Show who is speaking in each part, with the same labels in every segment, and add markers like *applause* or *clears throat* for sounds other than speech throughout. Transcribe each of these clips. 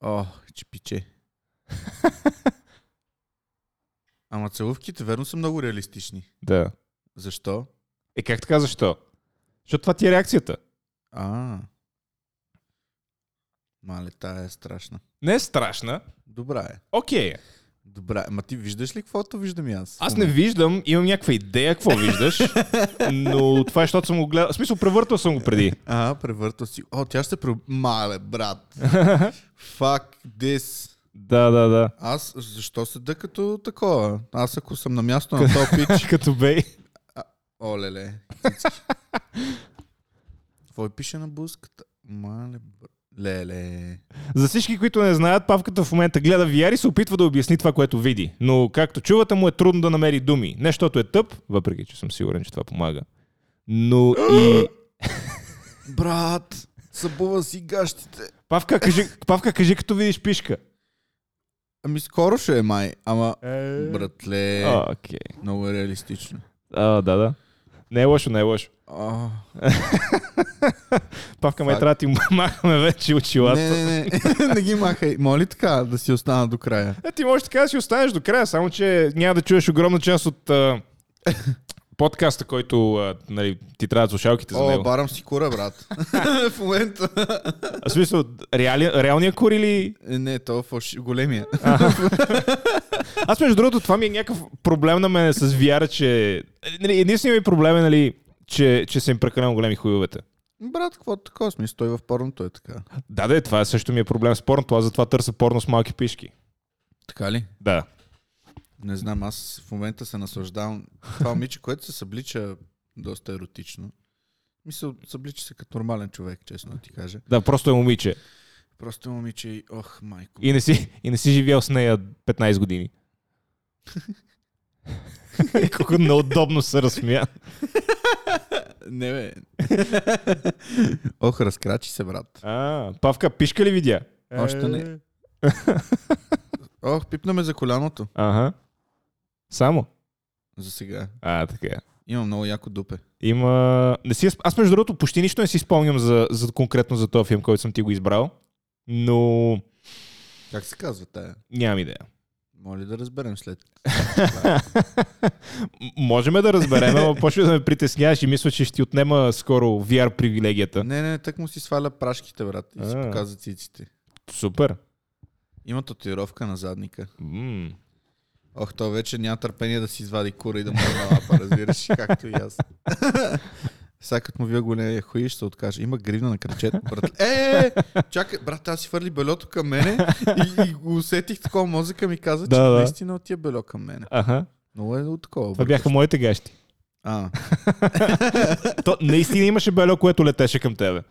Speaker 1: О,
Speaker 2: *laughs*
Speaker 1: чепиче. Ама целувките, верно, са много реалистични.
Speaker 2: Да.
Speaker 1: Защо?
Speaker 2: Е, как така защо? Защото това ти е реакцията.
Speaker 1: А. Мале, тая е страшна.
Speaker 2: Не е страшна.
Speaker 1: Добра е.
Speaker 2: Окей. е.
Speaker 1: Добра е. Ма ти виждаш ли каквото виждам и аз?
Speaker 2: Аз не виждам, имам някаква идея какво *laughs* виждаш, но това е, защото съм го гледал. В смисъл, превъртал съм го преди.
Speaker 1: А, превърта си. О, тя ще се пре... Мале,
Speaker 2: *laughs*
Speaker 1: брат. Fuck this.
Speaker 2: Да, да, да.
Speaker 1: Аз защо седа като такова? Аз ако съм на място на този пич...
Speaker 2: Като бей. *laughs*
Speaker 1: Оле-ле. Какво е пише на буската? Мале, бр... Леле.
Speaker 2: За всички, които не знаят, Павката в момента гледа VR и се опитва да обясни това, което види. Но, както чувате, му е трудно да намери думи. Не, защото е тъп, въпреки че съм сигурен, че това помага. Но *gasps* и...
Speaker 1: Брат, събува си гащите.
Speaker 2: Павка, кажи, Павка, кажи като видиш пишка.
Speaker 1: Ами скоро ще е май, ама... Братле,
Speaker 2: Е. А, Окей.
Speaker 1: много е реалистично.
Speaker 2: А, да, да. Не е лошо, не е лошо.
Speaker 1: А,
Speaker 2: Павка, май
Speaker 1: Факт.
Speaker 2: трябва да ти *laughs* махаме вече очилата.
Speaker 1: не, не, не, не *laughs* ги махай. Моли така да си остана до края.
Speaker 2: Е, ти можеш така да си останеш до края, само че няма да чуеш огромна част
Speaker 1: *laughs*
Speaker 2: от а, подкаста, който а, нали, ти трябва слушалките за
Speaker 1: О,
Speaker 2: него.
Speaker 1: барам си кура,
Speaker 2: *laughs*
Speaker 1: брат. в момента.
Speaker 2: А, в смисъл, реали, реалния кур или...
Speaker 1: Е, Не, то е фалши... големия.
Speaker 2: Аз между другото, това ми е някакъв проблем на мен с VR, че... Нали, единственият ми проблем е, нали, че, че са им прекалено големи хуйовете.
Speaker 1: Брат, какво такова смисъл? Той в порното е така.
Speaker 2: Да, да, това също ми е проблем с порното, аз затова търся порно с малки пишки.
Speaker 1: Така ли?
Speaker 2: Да.
Speaker 1: Не знам, аз в момента се наслаждавам. Това момиче, което се съблича доста еротично. Мисля, съблича се като нормален човек, честно да ти кажа.
Speaker 2: Да, просто е момиче.
Speaker 1: Просто е момиче и ох, майко.
Speaker 2: И не си, и не си живял с нея 15 години. *laughs* Колко неудобно се разсмя.
Speaker 1: Не, бе. *laughs* ох, разкрачи се, брат.
Speaker 2: А, Павка, пишка ли видя?
Speaker 1: Е. Още не. Ох, пипна ме за коляното.
Speaker 2: Ага. Само?
Speaker 1: За сега.
Speaker 2: А, така.
Speaker 1: Имам много яко дупе.
Speaker 2: Има... Не си... я сп- Аз между другото почти нищо не си спомням за, за конкретно за този филм, който съм ти го избрал, но
Speaker 1: Как се казва тая?
Speaker 2: нямам *laughs* идея.
Speaker 1: Моля да разберем след.
Speaker 2: М- Можем да разберем, но почва да ме притесняваш и мисля, че ще ти отнема скоро VR привилегията.
Speaker 1: Не, не, так му си сваля прашките, брат. И си
Speaker 2: А.
Speaker 1: показва циците.
Speaker 2: Супер.
Speaker 1: Има татуировка на задника.
Speaker 2: М.
Speaker 1: Ох, то вече няма търпение да си извади кура и да му на лапа, разбираш, както и
Speaker 2: *laughs*
Speaker 1: аз. Сега като му вие големия хуи, ще се откаже. Има гривна на кръчето, брат. Е, е, е, чакай, брат, аз си хвърли белето към мене и, и го усетих такова мозъка ми каза,
Speaker 2: Да,
Speaker 1: че
Speaker 2: да.
Speaker 1: наистина отива бело към мене.
Speaker 2: Аха.
Speaker 1: Много е от такова.
Speaker 2: Това
Speaker 1: бъркаш.
Speaker 2: бяха моите гащи.
Speaker 1: А,
Speaker 2: То наистина имаше бело, което летеше към тебе.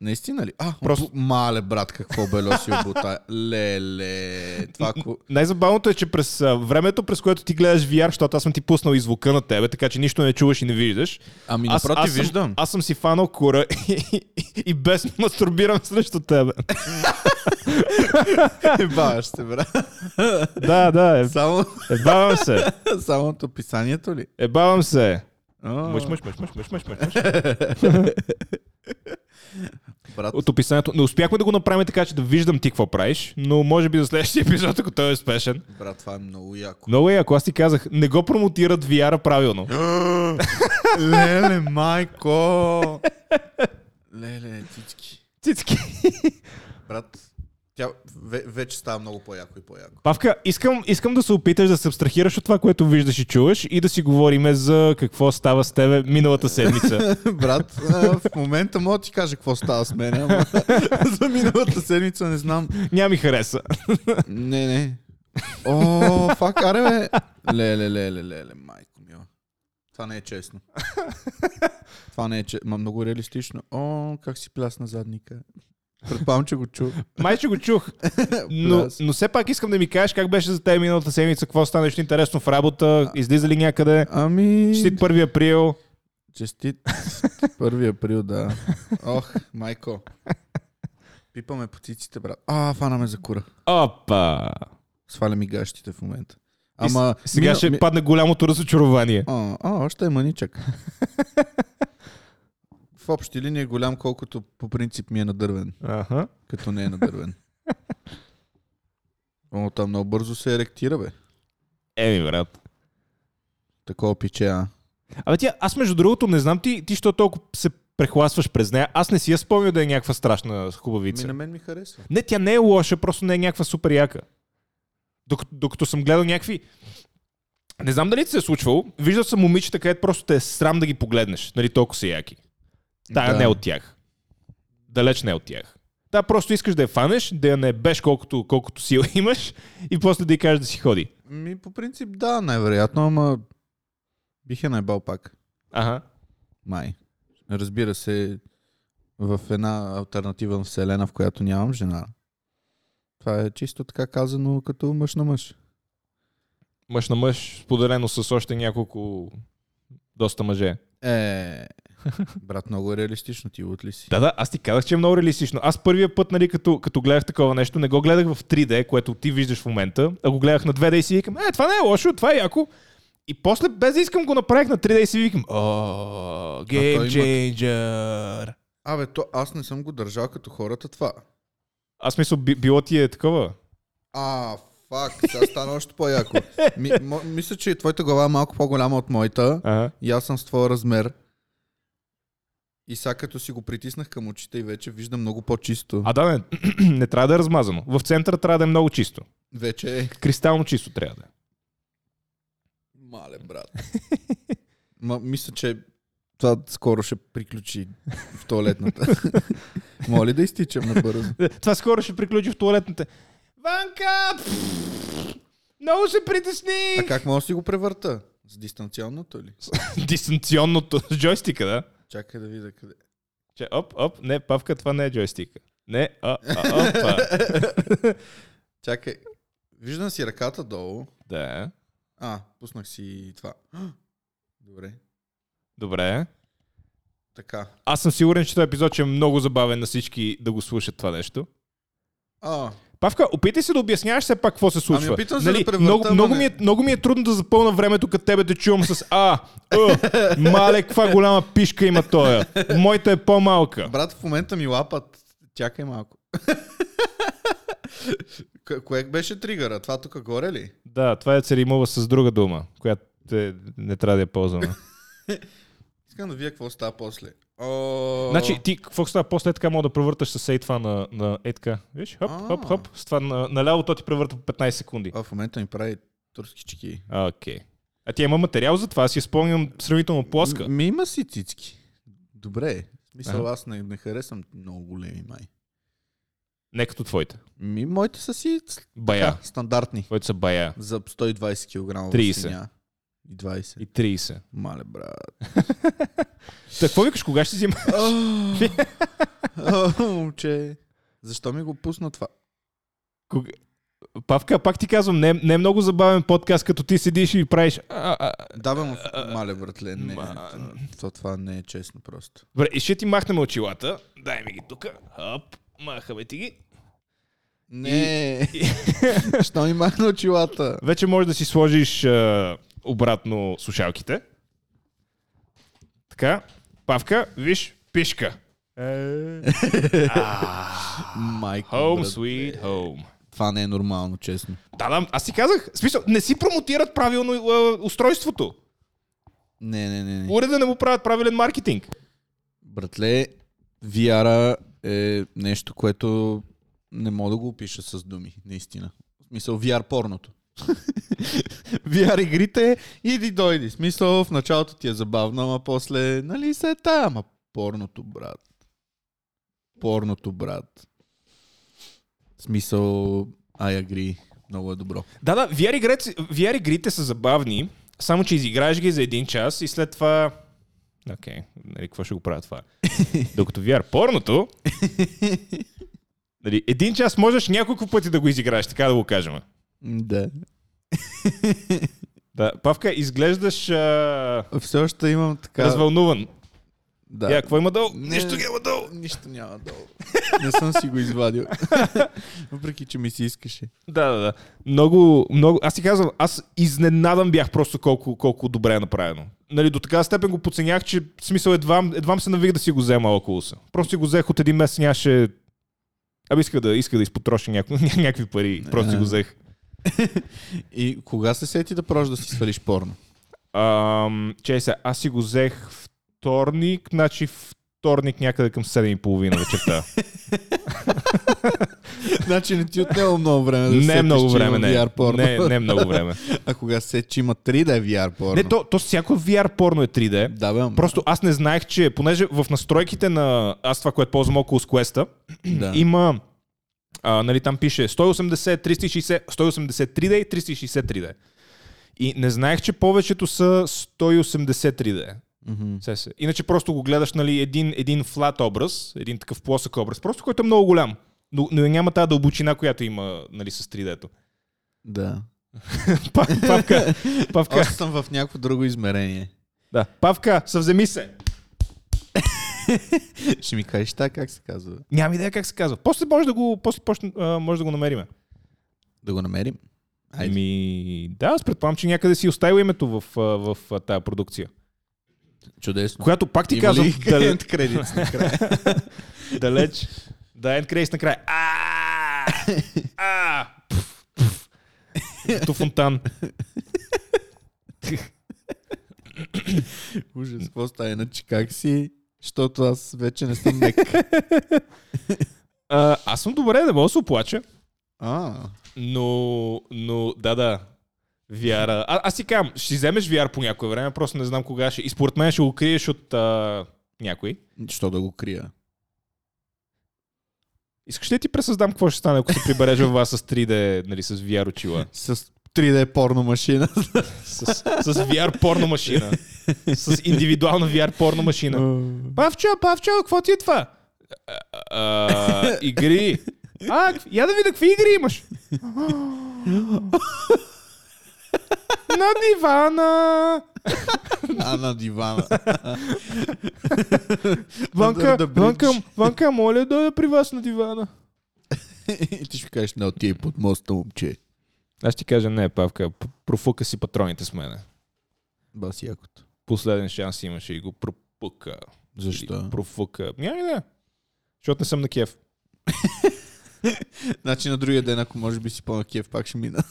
Speaker 1: наистина ли? А,
Speaker 2: Просто-
Speaker 1: просто... Мале, брат, какво бело си обута. Леле, това ко...
Speaker 2: Най-забавното е, че през а, времето, през което ти гледаш VR, защото аз съм ти пуснал и звука на тебе, така че нищо не чуваш и не виждаш.
Speaker 1: Ами,
Speaker 2: аз,
Speaker 1: напротив,
Speaker 2: аз, съм- *laughs*
Speaker 1: виждам.
Speaker 2: Аз съм си фанал кура *laughs* и, и, и без мастурбирам срещу тебе.
Speaker 1: Ебаваш се, брат.
Speaker 2: да, да, е,
Speaker 1: Само, *laughs*
Speaker 2: ебавам се.
Speaker 1: само от описанието ли?
Speaker 2: Ебавам се.
Speaker 1: А.
Speaker 2: Мъж, мъж, мъж, мъж, мъж, мъж, мъж.
Speaker 1: Брат,
Speaker 2: От описанието. Не успяхме да го направим така, че да виждам ти какво правиш, но може би за следващия епизод, ако той е успешен.
Speaker 1: брат, това е много яко.
Speaker 2: Много е, ако аз ти казах, не го промотират VR правилно.
Speaker 1: Е, Леле, майко! Леле, тички.
Speaker 2: Цицки.
Speaker 1: Брат, тя ве- вече става много по-яко и по-яко.
Speaker 2: Павка, искам, искам да се опиташ да се абстрахираш от това, което виждаш и чуваш и да си говориме за какво става с тебе
Speaker 1: *laughs*
Speaker 2: миналата седмица.
Speaker 1: Брат, а, в момента мога да ти кажа какво става с мен, ама за миналата седмица не знам.
Speaker 2: Няма ми хареса.
Speaker 1: Не, не. О, фак, аре бе. Леле, леле, леле, майко мила. Това не е честно. Това не е честно. Ма много реалистично. О, как си плясна задника. Предполагам, че го чух.
Speaker 2: Май, че го чух. Но,
Speaker 1: Пляс.
Speaker 2: но все пак искам да ми кажеш как беше за теб миналата седмица, какво стана нещо интересно в работа, излиза ли някъде?
Speaker 1: Ами...
Speaker 2: Честит 1 април.
Speaker 1: Честит *laughs* 1 април, да. Ох, майко. Пипаме по циците, брат. А, фанаме за кура.
Speaker 2: Опа!
Speaker 1: Сваля ми гащите в момента.
Speaker 2: И с-
Speaker 1: Ама...
Speaker 2: Сега ще падне голямото разочарование.
Speaker 1: А, а, още е маничък. в общи линии е голям, колкото по принцип ми е надървен,
Speaker 2: Аха.
Speaker 1: като не е надървен. Но там много бързо се еректира, бе.
Speaker 2: Еми, брат.
Speaker 1: Такова пиче, а.
Speaker 2: Абе тя, аз между другото не знам ти, ти що толкова се прехласваш през нея. Аз не си я спомня да е някаква страшна
Speaker 1: Ми
Speaker 2: хубавица.
Speaker 1: Ами на мен ми харесва.
Speaker 2: Не, тя не е лоша, просто не е някаква супер яка. Докато, докато съм гледал някакви... Не знам дали ти се е случвало, виждал съм момичета, където просто те е срам да ги погледнеш. Нали, толкова са яки. Тая
Speaker 1: Да.
Speaker 2: да. не е от тях. Далеч не е от тях. Та просто искаш да я фанеш, да я не беш колкото, колкото сила *laughs* имаш и после да й кажеш да си ходи.
Speaker 1: Ми по принцип да, най-вероятно, ама бих я наебал пак.
Speaker 2: Ага.
Speaker 1: Май. Разбира се, в една альтернативна вселена, в която нямам жена. Това е чисто така казано като мъж на мъж.
Speaker 2: Мъж на мъж, споделено с още няколко доста мъже.
Speaker 1: Е, брат, много е реалистично, ти от ли си?
Speaker 2: Да, да, аз ти казах, че е много реалистично. Аз първия път, нали, като, като гледах такова нещо, не го гледах в 3D, което ти виждаш в момента, а го гледах на 2D и си викам, е, това не е лошо, това е яко. И после, без да искам, го направих на 3D и си викам, о,
Speaker 1: А
Speaker 2: Game
Speaker 1: той има-
Speaker 2: Changer.
Speaker 1: Абе, то аз не съм го държал като хората това.
Speaker 2: Аз мисля, би, било ти е такова.
Speaker 1: А, фак, сега стана още по-яко. Ми, мо- мисля, че твоята глава е малко по-голяма от моята.
Speaker 2: Ага.
Speaker 1: И аз съм с твоя размер. И сега като си го притиснах към очите и вече виждам много по-чисто.
Speaker 2: А да, не, *clears throat* не трябва да е размазано. В центъра трябва да е много чисто.
Speaker 1: Вече е.
Speaker 2: Кристално чисто трябва да е.
Speaker 1: Мале, брат. *laughs* Ма, мисля, че това скоро ще приключи в туалетната. *laughs* Моля ли да изтичам набързо?
Speaker 2: Е, Това скоро ще приключи в туалетната. Ванка! Пф, много се
Speaker 1: А
Speaker 2: притесних!
Speaker 1: как мога да си го превърта? С дистанционното ли?
Speaker 2: *laughs* Дистанционното с джойстика, да?
Speaker 1: Чакай да видя къде.
Speaker 2: Че, оп, оп, не, павка, това не е джойстика. Не, а, а, *laughs* опа.
Speaker 1: Чакай. Виждам си ръката долу.
Speaker 2: да,
Speaker 1: А, пуснах си това. *gasps* Добре.
Speaker 2: добре.
Speaker 1: Така.
Speaker 2: Аз съм сигурен, че този епизод ще е много забавен на всички да го слушат това нещо.
Speaker 1: А,
Speaker 2: Павка, опитай се да обясняваш все пак какво се случва. Нали,
Speaker 1: Ами, опитвам се да превърта,
Speaker 2: много,
Speaker 1: ама
Speaker 2: много,
Speaker 1: не.
Speaker 2: ми е, много ми е трудно да запълна времето, като тебе те чувам с А, Ъ, мале, каква голяма пишка има тоя. Моята е по-малка.
Speaker 1: брат, в момента ми лапат. Чакай малко. *laughs* К- Кое беше тригъра? Това тук горе ли?
Speaker 2: Да, това е церимова с друга дума, която е, не трябва да я ползваме.
Speaker 1: Искам да видя какво става после. О,
Speaker 2: Значи ти какво става после така мога да превърташ с ей това на, на ей така. Виж, хоп, хоп, хоп. С това на, наляво то ти превърта по 15 секунди.
Speaker 1: А, в момента ми прави турски чеки.
Speaker 2: А, Окей. А тя има материал за това, аз си я спомням сравнително плоска.
Speaker 1: Ми има си цицки. Добре. В Смисъл,
Speaker 2: Аха.
Speaker 1: аз не, не харесвам много големи май.
Speaker 2: Не като твоите.
Speaker 1: Ми, моите са си ц-
Speaker 2: Бая.
Speaker 1: така, Е, стандартни.
Speaker 2: Твоите са бая.
Speaker 1: За 120 кг.
Speaker 2: 30.
Speaker 1: свиня. И 20.
Speaker 2: И 30.
Speaker 1: Мале, брат. *laughs*
Speaker 2: Та, какво викаш, кога ще взима?
Speaker 1: О, момче. Защо ми го пусна това?
Speaker 2: Кога... Павка, пак ти казвам, не, е- не е много забавен подкаст, като ти седиш и правиш... А, а, а.
Speaker 1: Да, бе, му- мале, братле, не.
Speaker 2: ма-
Speaker 1: То, това не е честно просто.
Speaker 2: Добре, и ще ти махнем очилата. Дай ми ги тук. Хоп, махаме ти ги.
Speaker 1: *laughs* Не. Що ми махна очилата?
Speaker 2: Вече можеш да си сложиш а, обратно слушалките. Така. Павка, виж, пишка.
Speaker 1: Майко,
Speaker 2: Home
Speaker 1: брат.
Speaker 2: sweet home.
Speaker 1: Това не е нормално, честно.
Speaker 2: Да, да, аз ти казах. в Смисъл, не си промотират правилно а, устройството.
Speaker 1: Не, не, не. не.
Speaker 2: Уреда не му правят правилен маркетинг.
Speaker 1: Братле, VR е нещо, което не мога да го опиша с думи, наистина. В смисъл, VR порното. *laughs* VR игрите, иди дойди. В смисъл, в началото ти е забавно, ама после, нали се е та, ама порното, брат. Порното, брат. В смисъл, I agree. Много е добро.
Speaker 2: Да, да, VR, игрец, VR игрите са забавни, само че изиграеш ги за един час и след това... Окей, okay, нали, какво ще го
Speaker 1: *laughs*
Speaker 2: правя това? Докато VR порното... Нали, един час можеш няколко пъти да го изиграеш, така да го кажем.
Speaker 1: М, Да.
Speaker 2: Да, Павка, изглеждаш а...
Speaker 1: Все още имам така...
Speaker 2: развълнуван.
Speaker 1: Да.
Speaker 2: Да. Я, какво има долу?
Speaker 1: Не.
Speaker 2: Нищо ги има долу.
Speaker 1: Нищо няма долу. Не съм си го извадил. *laughs* Въпреки, че ми се искаше.
Speaker 2: Да, да, да. Много, много. Аз ти казвам, аз изненадан бях просто колко, колко добре е направено. Нали, до така степен го подценях, че в смисъл едва, едва се навих да си го взема около са. Просто си го взех от един месец, нямаше... Абе иска да, иска да изпотроша няко, *laughs* ня- някакви пари. Просто
Speaker 1: Е.
Speaker 2: си го взех.
Speaker 1: И кога се сети да прожи да си свалиш порно?
Speaker 2: Ам, чай сега, аз си го взех вторник, значи вторник някъде към 7.30 вечерта.
Speaker 1: *laughs* значи не ти отнело много време *laughs* да се
Speaker 2: не е
Speaker 1: сетиш,
Speaker 2: много
Speaker 1: че
Speaker 2: време,
Speaker 1: има
Speaker 2: не.
Speaker 1: VR порно.
Speaker 2: Не, не е много време.
Speaker 1: *laughs* А кога се сети, че има 3 да е VR порно?
Speaker 2: Не, то, то всяко VR порно е 3D.
Speaker 1: Да, бе, ама.
Speaker 2: Просто аз не знаех, че понеже в настройките на аз това, което ползвам Oculus Quest,
Speaker 1: да.
Speaker 2: да. има а, нали, там пише 180, 360, 180 3D и 360 3D. И не знаех, че повечето са 180 3D.
Speaker 1: Мгм.
Speaker 2: Се, се. Иначе просто го гледаш, нали, един, един флат образ, един такъв плосък образ, просто който е много голям. Но, но няма тази дълбочина, която има нали, с *laughs* 3D-то.
Speaker 1: да.
Speaker 2: Пав- Павка, Павка,
Speaker 1: Още съм в някакво друго измерение.
Speaker 2: да. Павка, съвземи се!
Speaker 1: Ще ми кажеш така, как се казва?
Speaker 2: Нямам идея как се казва. После може да го, после, почне- а, може да го намериме.
Speaker 1: Да го намерим? Айде.
Speaker 2: Ами, да, аз предполагам, че някъде си оставил името в, а, в, в тази продукция.
Speaker 1: Чудесно.
Speaker 2: Която пак ти
Speaker 1: Има
Speaker 2: казвам,
Speaker 1: ли *laughs*
Speaker 2: далеч,
Speaker 1: end credits *laughs* накрая?
Speaker 2: далеч. Да, енд крейс накрая. А! А! Пф, пф. Като фонтан.
Speaker 1: Ужас, какво става? Иначе как си? Защото аз вече не съм *laughs* мек.
Speaker 2: А, аз съм добре, не мога да се оплача.
Speaker 1: А,
Speaker 2: Но, но, да, да. Вяра. А, аз си казвам, ще си вземеш VR по някое време, просто не знам кога ще. И според мен ще го криеш от а, някой.
Speaker 1: що да го крия?
Speaker 2: Искаш ли да ти пресъздам какво ще стане, ако се прибереш във вас с 3D, нали, с VR очила?
Speaker 1: С 3D порно *laughs* машина.
Speaker 2: С, с VR порно машина. С индивидуална VR порно машина. Павчо, Павчо, какво ти е това? А, а, игри. А, кв- я да видя какви игри имаш. На дивана.
Speaker 1: а на дивана. Under
Speaker 2: Ванка,
Speaker 1: the bridge.
Speaker 2: ванка, ванка, моля да дойда при вас на дивана.
Speaker 1: И ти ще кажеш, не отивай под моста, момче.
Speaker 2: Аз ти кажа, не, Павка, п- профука си патроните с мене.
Speaker 1: Бас якото.
Speaker 2: Последен шанс имаше и го пропука.
Speaker 1: Защо?
Speaker 2: Или Профука. Няма идея. Защото не съм на Киев.
Speaker 1: Значи на другия ден, ако може би си по-на Киев, пак ще мина.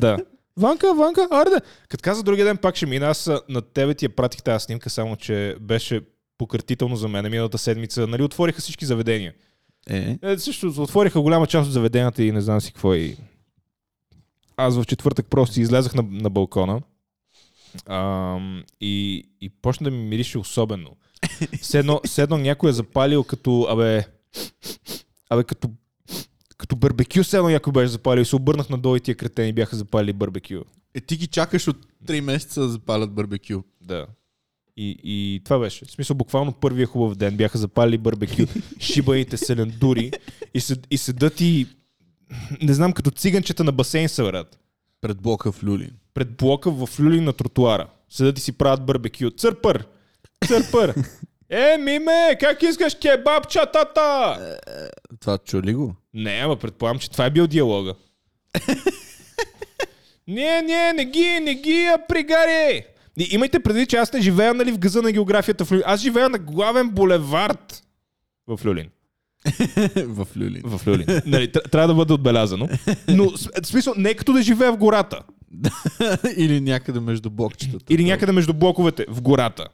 Speaker 2: Да. *laughs* Ванка, Ванка, арде! Като каза другия ден пак ще мина, аз а, на тебе ти я пратих тази снимка, само че беше пократително за мен миналата седмица. Нали, отвориха всички заведения.
Speaker 1: Е,
Speaker 2: Е, също отвориха голяма част от заведенията и не знам си какво и... Аз в четвъртък просто си излязах на, на балкона ам, и, и почна да ми мирише особено. Все едно, все едно някой е запалил като, абе, абе като, като барбекю, все едно някой беше запалил и се обърнах надолу и тия кретени бяха запалили барбекю.
Speaker 1: е ти ги чакаш от 3 месеца да запалят барбекю.
Speaker 2: Да. И, и това беше. В смисъл, буквално първия хубав ден бяха запалили барбекю, шибаните селендури и, сед, и седат и, не знам, като циганчета на басейн се върят.
Speaker 1: Пред блока в Люлин.
Speaker 2: Пред блока в люли на тротуара. Седат и си правят барбекю. Църпър! Църпър! Е, миме, как искаш кебабчатата?
Speaker 1: Това чу ли го?
Speaker 2: Не, ама предполагам, че това е бил диалога. Не, не, не ги, не ги, а пригари! И имайте предвид, че аз не живея нали, в газа на географията в Люлин. Аз живея на главен булевард в Люлин.
Speaker 1: *laughs* в Люлин.
Speaker 2: В Люлин. *laughs* нали, тр- трябва да бъде отбелязано. Но с- в смисъл, не е като да живея в гората.
Speaker 1: *laughs* Или някъде между блокчетата.
Speaker 2: Или някъде между блоковете, в *laughs* гората.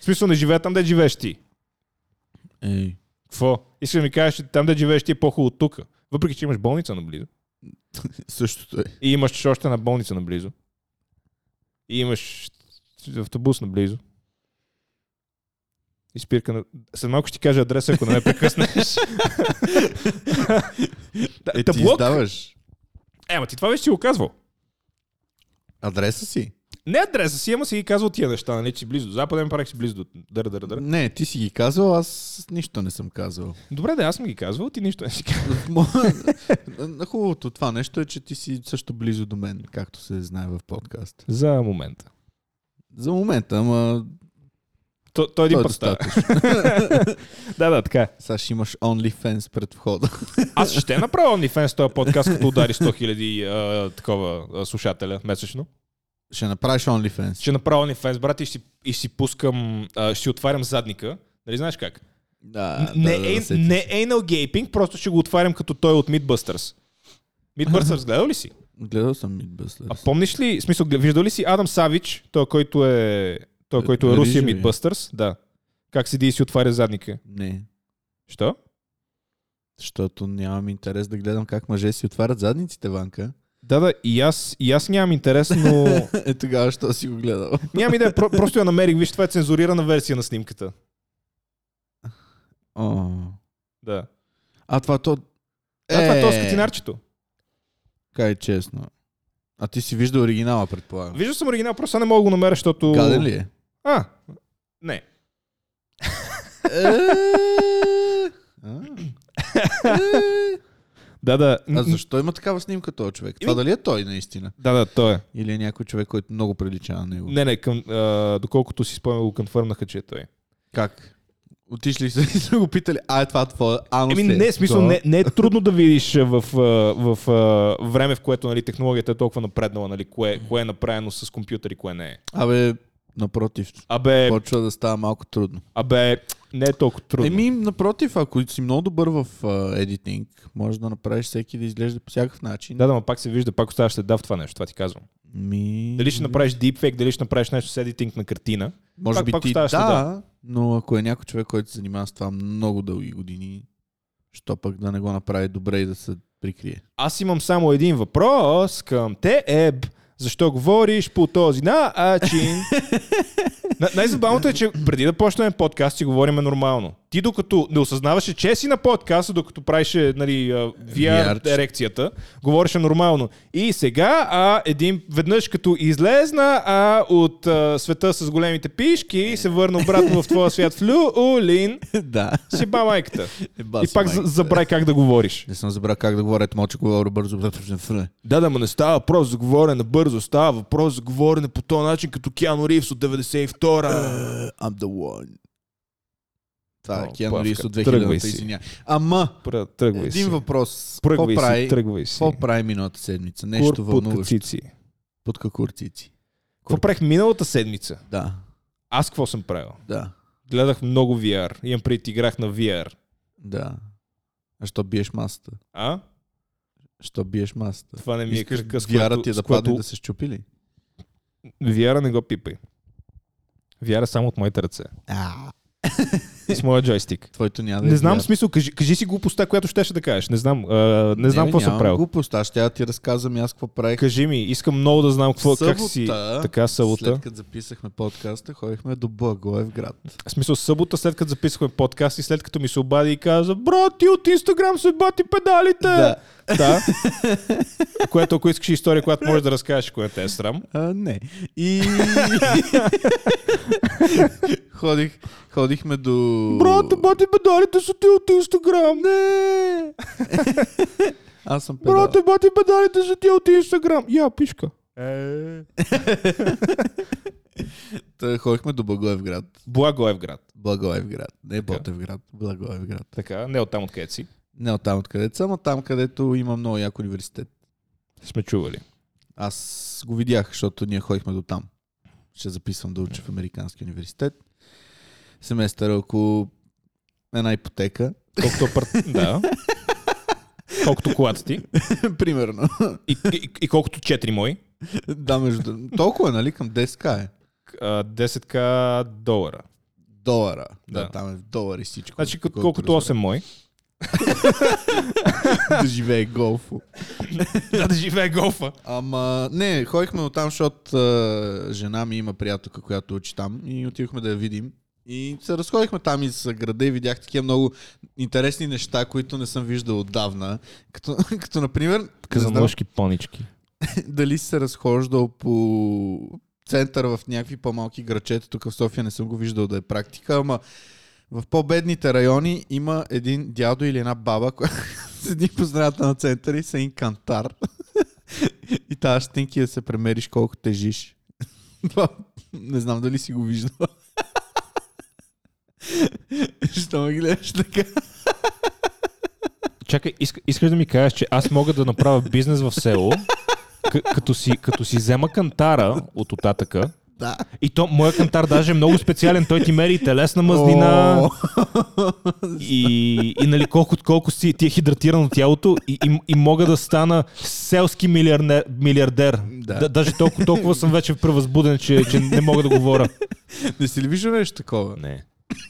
Speaker 2: в смисъл, не живея там, де живееш ти.
Speaker 1: Ей.
Speaker 2: Какво? Искаш да ми кажеш, че там, де живееш ти е по-хубаво от тук. Въпреки, че имаш болница наблизо.
Speaker 1: Същото е.
Speaker 2: И имаш още една болница наблизо. И имаш автобус наблизо. И спирка на... След малко ще ти кажа адреса, ако не ме прекъснеш. Да,
Speaker 1: *laughs* Е,
Speaker 2: та
Speaker 1: ти
Speaker 2: блок-
Speaker 1: издаваш
Speaker 2: Е, ма ти това беше си го казвал.
Speaker 1: адреса си?
Speaker 2: Не адреса си, ама си ги казвал тия неща, нали, че си близо до западен парк, си близо до... Дър, дър, дър.
Speaker 1: Не, ти си ги казвал, аз нищо не съм казвал.
Speaker 2: Добре, да, аз съм ги казвал, ти нищо не си казвал.
Speaker 1: Мо- *laughs* Хубавото от това нещо е, че ти си също близо до мен, както се знае в подкаст.
Speaker 2: За момента.
Speaker 1: За момента, ама
Speaker 2: То, той един
Speaker 1: той е
Speaker 2: път става.
Speaker 1: достатъчно.
Speaker 2: Да, да, така.
Speaker 1: Сега ще имаш OnlyFans пред входа. *laughs*
Speaker 2: Аз ще направя OnlyFans този подкаст, като удари 100 хиляди а, такова а, слушателя месечно.
Speaker 1: Ще направиш OnlyFans.
Speaker 2: Ще направя OnlyFans, брат, и ще, си- и ще си пускам, а, ще си отварям задника. Нали знаеш как?
Speaker 1: Да,
Speaker 2: не,
Speaker 1: да, да,
Speaker 2: е,
Speaker 1: да, сетих
Speaker 2: не
Speaker 1: се.
Speaker 2: anal gaping, просто ще го отварям като той от Meatbusters. *laughs* Meatbusters гледал ли си?
Speaker 1: Гледал съм
Speaker 2: А
Speaker 1: Mythbusters.
Speaker 2: помниш ли, в смисъл, гля- виждал ли си Адам Савич, той, който е, той, който е
Speaker 1: Рижа
Speaker 2: Русия
Speaker 1: ли?
Speaker 2: Meatbusters? Да. Как седи и си отваря задника?
Speaker 1: Не,
Speaker 2: Що?
Speaker 1: защото нямам интерес да гледам как мъже си отварят задниците, Ванка. *laughs*
Speaker 2: Да, да, и аз, и аз нямам интерес, но
Speaker 1: Е тогава, що си го гледал?
Speaker 2: *laughs* нямам идея, про- просто я намерих. Виж, това е цензурирана версия на снимката.
Speaker 1: О.
Speaker 2: Да.
Speaker 1: А това то...
Speaker 2: Е... А това е то скатинарчето.
Speaker 1: Кай честно. А ти си виждал оригинала, предполагам.
Speaker 2: Виждал съм оригинал, просто не мога да го намеря, защото...
Speaker 1: Гаден ли е?
Speaker 2: А, не.
Speaker 1: Е. А. Е.
Speaker 2: Да, да.
Speaker 1: А защо има такава снимка този човек? Това
Speaker 2: Ими-
Speaker 1: дали е той наистина?
Speaker 2: Да, да, то е.
Speaker 1: Или е някой човек, който много прилича на него?
Speaker 2: Не, не, към, а, доколкото си спомням, го конфърмнаха, че е той.
Speaker 1: Как? Отишли са и са го питали, а е това твое анус
Speaker 2: Еми,
Speaker 1: ли е?
Speaker 2: не, в смисъл,
Speaker 1: Да.
Speaker 2: не, не е трудно да видиш а, в, а, в, а, време, в което нали, технологията е толкова напреднала, нали, кое, кое е направено с компютъри, кое не е.
Speaker 1: Абе, напротив,
Speaker 2: Абе,
Speaker 1: почва да става малко трудно.
Speaker 2: абе, не е толкова трудно.
Speaker 1: Еми, напротив, ако си много добър в едитинг, може да направиш всеки да изглежда по всякакъв начин.
Speaker 2: Да, да, ма пак се вижда, пак оставаш следа в това нещо, това ти казвам.
Speaker 1: Ми...
Speaker 2: Дали ще направиш deepfake, дали ще направиш нещо с едитинг на картина.
Speaker 1: Може
Speaker 2: пак-
Speaker 1: би
Speaker 2: пак
Speaker 1: ти да,
Speaker 2: оставаш следа.
Speaker 1: но ако е някой човек, който се занимава с това много дълги години, що пък да не го направи добре и да се прикрие. *laughs*
Speaker 2: Аз имам само един въпрос към те, Еб. Защо говориш по този начин? На- Най-забавното е, че преди да почнем подкаст си говорим нормално. Ти докато не осъзнаваше, че си на подкаста, докато правеше нали, а, VR,
Speaker 1: VR.
Speaker 2: VR ерекцията, говореше нормално. И сега, а, един, веднъж като излезна а, от а, света с големите пишки, и се върна обратно в твоя свят. Флюлин,
Speaker 1: да.
Speaker 2: си ба майката.
Speaker 1: Еба
Speaker 2: И
Speaker 1: си,
Speaker 2: пак
Speaker 1: майка.
Speaker 2: за- забрави как да говориш.
Speaker 1: Не съм забрал как да говоря, ето мълча говоря бързо.
Speaker 2: Да, да, ма не става въпрос за говорене бързо, става въпрос за говорене по този начин, като Киано Ривс от 92-а.
Speaker 1: I'm the one. Това е
Speaker 2: О,
Speaker 1: Киану
Speaker 2: павка,
Speaker 1: Ривз от
Speaker 2: тръгвай
Speaker 1: 2000-та,
Speaker 2: си.
Speaker 1: извиня. Ама,
Speaker 2: Пра, тръгвай
Speaker 1: един
Speaker 2: си.
Speaker 1: въпрос. Какво
Speaker 2: Тръгвай си,
Speaker 1: прави,
Speaker 2: тръгвай си.
Speaker 1: какво прави миналата седмица? Нещо вълнуващо.
Speaker 2: цици.
Speaker 1: Под какурцици.
Speaker 2: Какво правих миналата седмица?
Speaker 1: Да,
Speaker 2: Аз какво съм правил?
Speaker 1: да,
Speaker 2: Гледах много VR. Имам пред играх на VR.
Speaker 1: да. А що биеш масата?
Speaker 2: А?
Speaker 1: Що биеш масата?
Speaker 2: Това не ми е
Speaker 1: Искаш
Speaker 2: кръка, с
Speaker 1: вяра
Speaker 2: която...
Speaker 1: ти е
Speaker 2: с
Speaker 1: да
Speaker 2: която...
Speaker 1: падне и да се щупи ли?
Speaker 2: VR не го пипай. VR е само от моите ръце. И с
Speaker 1: *laughs*
Speaker 2: моя джойстик.
Speaker 1: Твоето няма да
Speaker 2: Не
Speaker 1: е
Speaker 2: знам
Speaker 1: вяра.
Speaker 2: смисъл, кажи, кажи си глупостта, която щеше да кажеш. Не знам, а, не знам
Speaker 1: бе,
Speaker 2: какво съм
Speaker 1: нямам
Speaker 2: правил.
Speaker 1: глупост, аз ще я ти разказвам и аз какво правих.
Speaker 2: Кажи ми, искам много да знам какво, как си...
Speaker 1: Събота,
Speaker 2: Така, събота.
Speaker 1: След като записахме подкаста, ходихме до Благоев град.
Speaker 2: В смисъл, събота, след като записахме подкаст и след като ми се обади и каза, бро, ти от Инстаграм се бати педалите!
Speaker 1: Да.
Speaker 2: да. Което, ако искаш история, която можеш да разкажеш, която е срам.
Speaker 1: А, не.
Speaker 2: *laughs*
Speaker 1: И... Ходих, ходихме до...
Speaker 2: Бро, те бати педалите са ти от Инстаграм! Не!
Speaker 1: Аз съм педал.
Speaker 2: Бро, те бати педалите са ти от Инстаграм! Я, пишка!
Speaker 1: Е. Та, ходихме до Благоев град.
Speaker 2: Благоев град.
Speaker 1: Благоев град. Не Ботев град. Благоев град.
Speaker 2: Така, не оттам откъде си.
Speaker 1: Не от там откъдето съм, а там където има много як университет.
Speaker 2: Сме чували.
Speaker 1: Аз го видях, защото ние ходихме до там. Ще записвам да уча в Американски университет. Семестър е около една ипотека. *laughs*
Speaker 2: Колкото апарт... да. Колкото колата ти.
Speaker 1: Примерно.
Speaker 2: И, и, и колкото четири мои.
Speaker 1: да, между... друг- Толкова, е, нали? Към 10к е.
Speaker 2: а, 10к долара.
Speaker 1: Долара. Да,
Speaker 2: Да.
Speaker 1: там е в долари всичко.
Speaker 2: Значи кът-
Speaker 1: Колкото
Speaker 2: колкото
Speaker 1: разбирам.
Speaker 2: 8 мои.
Speaker 1: да живее голфо.
Speaker 2: *laughs* да, да живее голфа.
Speaker 1: Ама, не, ходихме от там, защото а, жена ми има приятелка, която учи там и отидохме да я видим. И се разходихме там из града и видях такива много интересни неща, които не съм виждал отдавна. Като, *laughs* като например, не знам,
Speaker 2: Казанлъжки понички.
Speaker 1: дали си се разхождал по център в някакви по-малки грачета. Тук в София не съм го виждал да е практика, ама в по-бедните райони има един дядо или една баба, *laughs* която седи по средата на центъра и са инкантар. *laughs* и тази щинки да се премериш колко тежиш. *laughs* Това не знам дали си го виждал. *laughs* Що ме гледаш така?
Speaker 2: Чакай, иска, искаш да ми кажеш, че аз мога да направя бизнес в село, к- като, си, като си взема кантара от отатъка,
Speaker 1: Да.
Speaker 2: И то, моят кантар даже е много специален. Той ти мери и телесна мъзнина. и, и нали, колко, колко си ти е хидратирано тялото и, и, и мога да стана селски милиардер. милиардер.
Speaker 1: Да.
Speaker 2: Да, даже толкова, толкова съм вече превъзбуден, че, че не мога да говоря.
Speaker 1: Не си ли виждал нещо такова? *laughs*
Speaker 2: Не.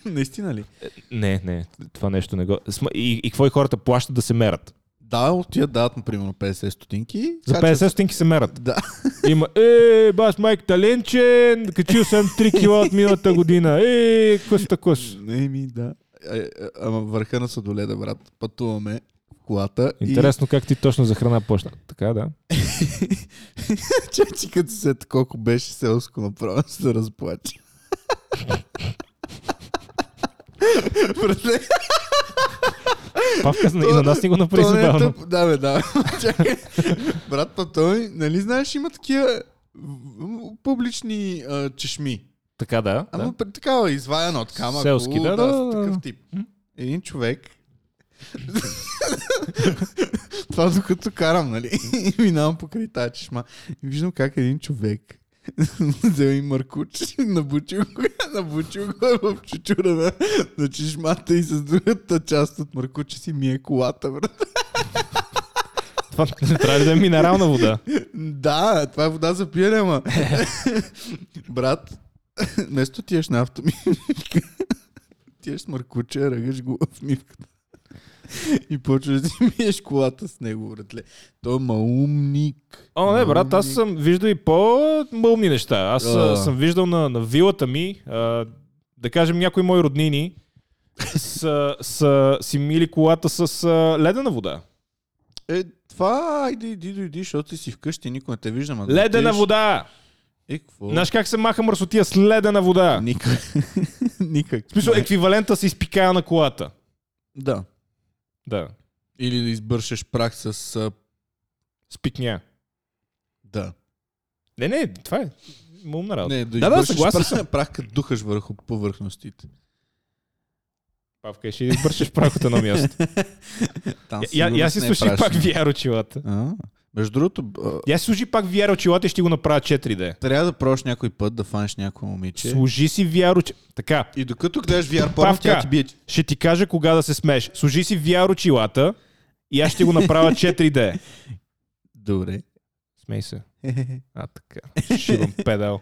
Speaker 1: Наистина ли?
Speaker 2: Не, не, това нещо не го... Сма- И, и какво и хората плащат да се мерят?
Speaker 1: Да, отиват дават му примерно 50 стотинки.
Speaker 2: За 50 стотинки се мерят.
Speaker 1: Да.
Speaker 2: *laughs* Има, е, бас, майк, таленчен, качил съм 3 кила от миналата година. Е, къста къс.
Speaker 1: Не ми, да. А, а, Е, Ама върха на Садоледа, брат. Пътуваме в колата. *laughs*
Speaker 2: Интересно как ти точно за храна почна. Така, да.
Speaker 1: И... Чачи, като се сета колко беше селско направо, *laughs* се разплача. Братле,
Speaker 2: Павка, и
Speaker 1: То-
Speaker 2: на нас ни го направи
Speaker 1: то не е
Speaker 2: забавно.
Speaker 1: тъп. Да, бе, да. *laughs* Чакай. Брат, пътуваме. Нали знаеш, има такива м, публични а, чешми.
Speaker 2: Така, да.
Speaker 1: Ама
Speaker 2: да.
Speaker 1: да. такава изваяна от камък.
Speaker 2: Селски,
Speaker 1: лу-
Speaker 2: да, да, да.
Speaker 1: Такъв тип. Един човек. Това докато карам, нали? *laughs* И минавам покрай тази чешма. И виждам как един човек *laughs* взел и мъркуч, набучил го, *laughs* набучил го е в чучура на, на чешмата и с другата част от мъркуча си мие колата, брат.
Speaker 2: Това не трябва ли да е минерална вода?
Speaker 1: Да, това е вода за пиене, *laughs* ама. Брат, вместо тиеш на автомивка, тиеш с мъркуче, ръгаш го в мивката. И почваш да си миеш колата с него, братле. Той е маумник.
Speaker 2: О, не, брат, аз
Speaker 1: Маумник.
Speaker 2: съм виждал и по-мълни неща. Аз
Speaker 1: Да.
Speaker 2: а, съм виждал на, на вилата ми, а, да кажем, някои мои роднини са, са си мили колата с а, ледена вода.
Speaker 1: Е, това, айде, иди, дойди, защото ти си вкъщи, никой не те вижда. ама да
Speaker 2: Ледена
Speaker 1: отидеш-
Speaker 2: вода!
Speaker 1: Е, какво?
Speaker 2: Знаеш как се маха мърсотия с ледена вода?
Speaker 1: Никак. *laughs* Никак.
Speaker 2: В смисъл, е- еквивалента се изпикая на колата.
Speaker 1: Да.
Speaker 2: Да.
Speaker 1: Или да избършеш прах с... а,
Speaker 2: Спикня.
Speaker 1: Да.
Speaker 2: Не, не, това е мълна работа.
Speaker 1: Не, да,
Speaker 2: да, да,
Speaker 1: избършеш
Speaker 2: съгласен
Speaker 1: прах, прах, като духаш върху повърхностите.
Speaker 2: Павка, ще избършеш прах от едно място.
Speaker 1: Там *laughs*
Speaker 2: Я,
Speaker 1: сигурно
Speaker 2: я си
Speaker 1: не е
Speaker 2: служи
Speaker 1: прашно.
Speaker 2: пак VR очилата.
Speaker 1: А, между другото, б- а,
Speaker 2: Я си служи пак VR очилата и ще го направя 4D.
Speaker 1: трябва да прош някой път да фанеш някой момиче.
Speaker 2: Служи си VR очи... Така,
Speaker 1: И докато гледаш VR порно,
Speaker 2: Павка.
Speaker 1: тя ти бие.
Speaker 2: ще ти кажа кога да се смееш. Служи си VR очилата и аз ще го направя 4D.
Speaker 1: Добре. *laughs*
Speaker 2: Смей се. А, така. Шивам педал.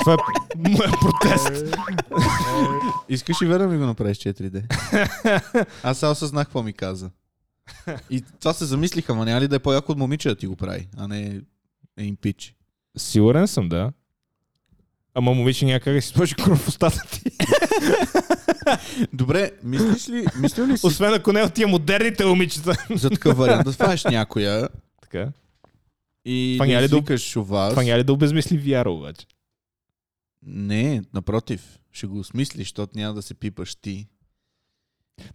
Speaker 2: Това е моя протест.
Speaker 1: Искаш и верно ми го направиш
Speaker 2: *laughs*
Speaker 1: 4D. Аз сега осъзнах какво ми каза. И това се замислиха, ама няма ли да е по-яко от момиче да ти го прави, а не един пич.
Speaker 2: Сигурен съм, да. Ама момиче някак си сложи кров в устата ти.
Speaker 1: Добре, мислиш ли, мислил ли си
Speaker 2: Освен ако не от тия модерните момичета.
Speaker 1: за такъв вариант да фанеш някоя
Speaker 2: така.
Speaker 1: и
Speaker 2: Това няма
Speaker 1: да
Speaker 2: ли да-
Speaker 1: извикаш шуваз?
Speaker 2: Това няма ли да обезмисли VR обаче?
Speaker 1: Не, напротив, ще го осмислиш, защото няма да се пипаш ти.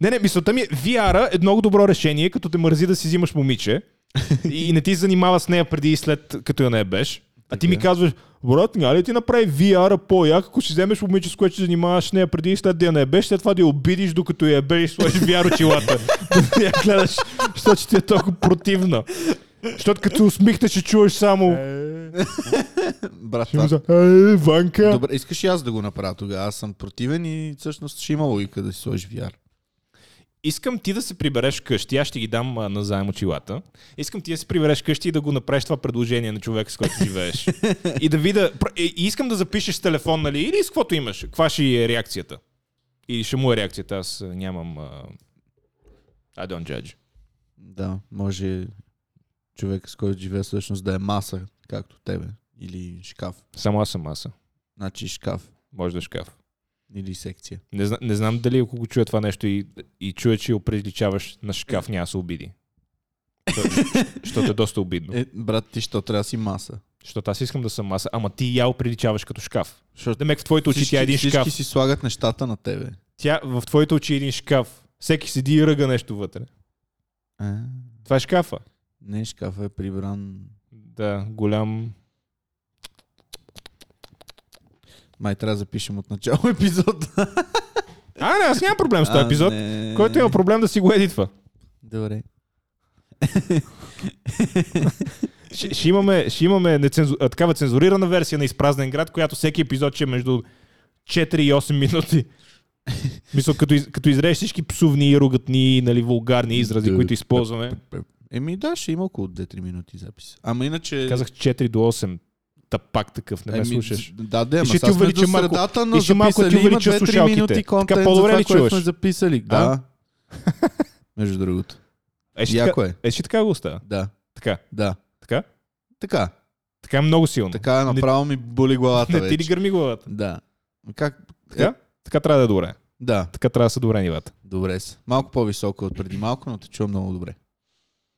Speaker 2: Не, не, мисълта ми е, VR е много добро решение, като те мързи да си взимаш момиче и не ти се занимава с нея преди и след като я не е беше. А ти
Speaker 1: Така е.
Speaker 2: ми казваш, брат, няма ли ти направи VR по-як, ако си вземеш момиче, с което ще занимаваш с нея преди и след да я не е беше, след това да я обидиш, докато я беше, сложиш VR очилата. да я гледаш, защото ще ти е толкова противна. Защото като се усмихнеш, ще чуеш само...
Speaker 3: Е,
Speaker 1: Брат,
Speaker 2: Ще му
Speaker 1: това-
Speaker 2: за... Е, Ванка!
Speaker 1: Добре, искаш и аз да го направя тогава. Аз съм противен и всъщност ще има логика да си сложиш VR.
Speaker 2: искам ти да се прибереш къщи, аз ще ти ги дам а, назаем очилата. Искам ти да се прибереш къщи и да го направиш това предложение на човека, с който живееш. и да видя. пр- И и искам да запишеш с телефон, нали? Или с каквото имаш. Каква ще е реакцията? И ще му е реакцията. Аз а, нямам. а, I don't judge.
Speaker 1: Да, може човек, с който живее всъщност да е маса, както тебе. Или шкаф.
Speaker 2: Само аз съм аз.
Speaker 1: Значи шкаф.
Speaker 2: Може да е шкаф.
Speaker 1: Или секция.
Speaker 2: Не, зна, не знам дали ако го чуя това нещо и, и чуя, че го приличаваш на шкаф, няма да се обиди. Защо- Защото е доста обидно.
Speaker 1: Е, брат, ти що трябва да си маса?
Speaker 2: Защото аз искам да съм аз, ама ти я приличаваш като шкаф.
Speaker 1: Защото
Speaker 2: Демек в твоите очи тя е един шкаф.
Speaker 1: всички си слагат нещата на тебе.
Speaker 2: Тя в твоите очи е един шкаф. Всеки седи и ръга нещо вътре.
Speaker 1: А,
Speaker 2: Това е шкафа.
Speaker 1: не, шкафа е прибран.
Speaker 2: Да, голям.
Speaker 1: Май трябва да запишем от начало *laughs* епизода.
Speaker 2: А, не, аз нямам проблем с този
Speaker 1: А,
Speaker 2: епизод.
Speaker 1: не.
Speaker 2: Който има проблем да си го едитва.
Speaker 1: Добре.
Speaker 2: ще, ще имаме, ще имаме нецензу... а, такава цензурирана версия на Изпразнен град, която всеки епизод ще е между 4 и 8 минути. Мисля, като, из, като изрежеш всички псовни, ругатни, нали, вулгарни изрази, които използваме.
Speaker 1: Еми да, ще има около 2-3 минути запис. Ама иначе...
Speaker 2: Казах 4 до 8. Та пак такъв, не ме
Speaker 1: Еми,
Speaker 2: слушаш.
Speaker 1: Да, да,
Speaker 2: И
Speaker 1: ама
Speaker 2: ще ти
Speaker 1: сега сме
Speaker 2: увелича
Speaker 1: до
Speaker 2: малко-
Speaker 1: средата,
Speaker 2: и
Speaker 1: но
Speaker 2: ще малко ти
Speaker 1: записали има
Speaker 2: увелича
Speaker 1: 2-3
Speaker 2: слушалките.
Speaker 1: минути
Speaker 2: Така
Speaker 1: контент
Speaker 2: по-добре
Speaker 1: за
Speaker 2: ли
Speaker 1: това, което
Speaker 2: чуваш?
Speaker 1: сме записали. Да, между другото.
Speaker 2: Е, ще,
Speaker 1: Яко
Speaker 2: така,
Speaker 1: е.
Speaker 2: е, ще така го остава.
Speaker 1: Да,
Speaker 2: Така,
Speaker 1: да.
Speaker 2: така.
Speaker 1: Така,
Speaker 2: Така е много силно.
Speaker 1: така направо ми боли главата
Speaker 2: не ти ли
Speaker 1: вече.
Speaker 2: гърми главата?
Speaker 1: Да. Как?
Speaker 2: Така? Така трябва да е добре.
Speaker 1: Да,
Speaker 2: Така трябва да са добре нивата.
Speaker 1: добре са. Малко по-високо от преди малко, но те чувам много добре.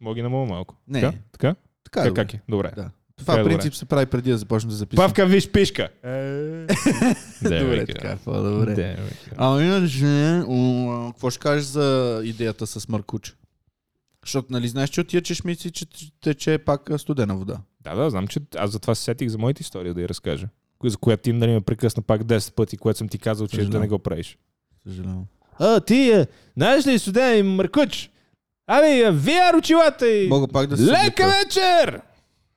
Speaker 2: Мога ги намаля малко.
Speaker 1: Не.
Speaker 2: Така? Така?
Speaker 1: Така,
Speaker 2: Така
Speaker 1: е. добре.
Speaker 2: как е? Добре.
Speaker 1: Да.
Speaker 2: Така
Speaker 1: Това
Speaker 2: е
Speaker 1: принцип се прави преди да започне да записва.
Speaker 2: *laughs* Павка, виж пишка.
Speaker 1: Е.
Speaker 2: Е.
Speaker 1: *laughs* Добре, така, по-добре. А иначе, м, какво ще кажеш за идеята с Маркуче? Защото, нали, знаеш, че от тия чешмици че тече пак а, студена вода.
Speaker 2: Да, да, знам, че аз затова се сетих за моята история да я разкажа. Коя- За която ти нали, ме прекъсна пак 10 пъти, което съм ти казал, че
Speaker 1: Съжалявам.
Speaker 2: да не го правиш.
Speaker 1: Съжалявам.
Speaker 2: А, ти, а, знаеш ли, студен и мъркуч? Ами, а, VR очилата и...
Speaker 1: Мога пак да се
Speaker 2: Лека
Speaker 1: съблека.
Speaker 2: вечер!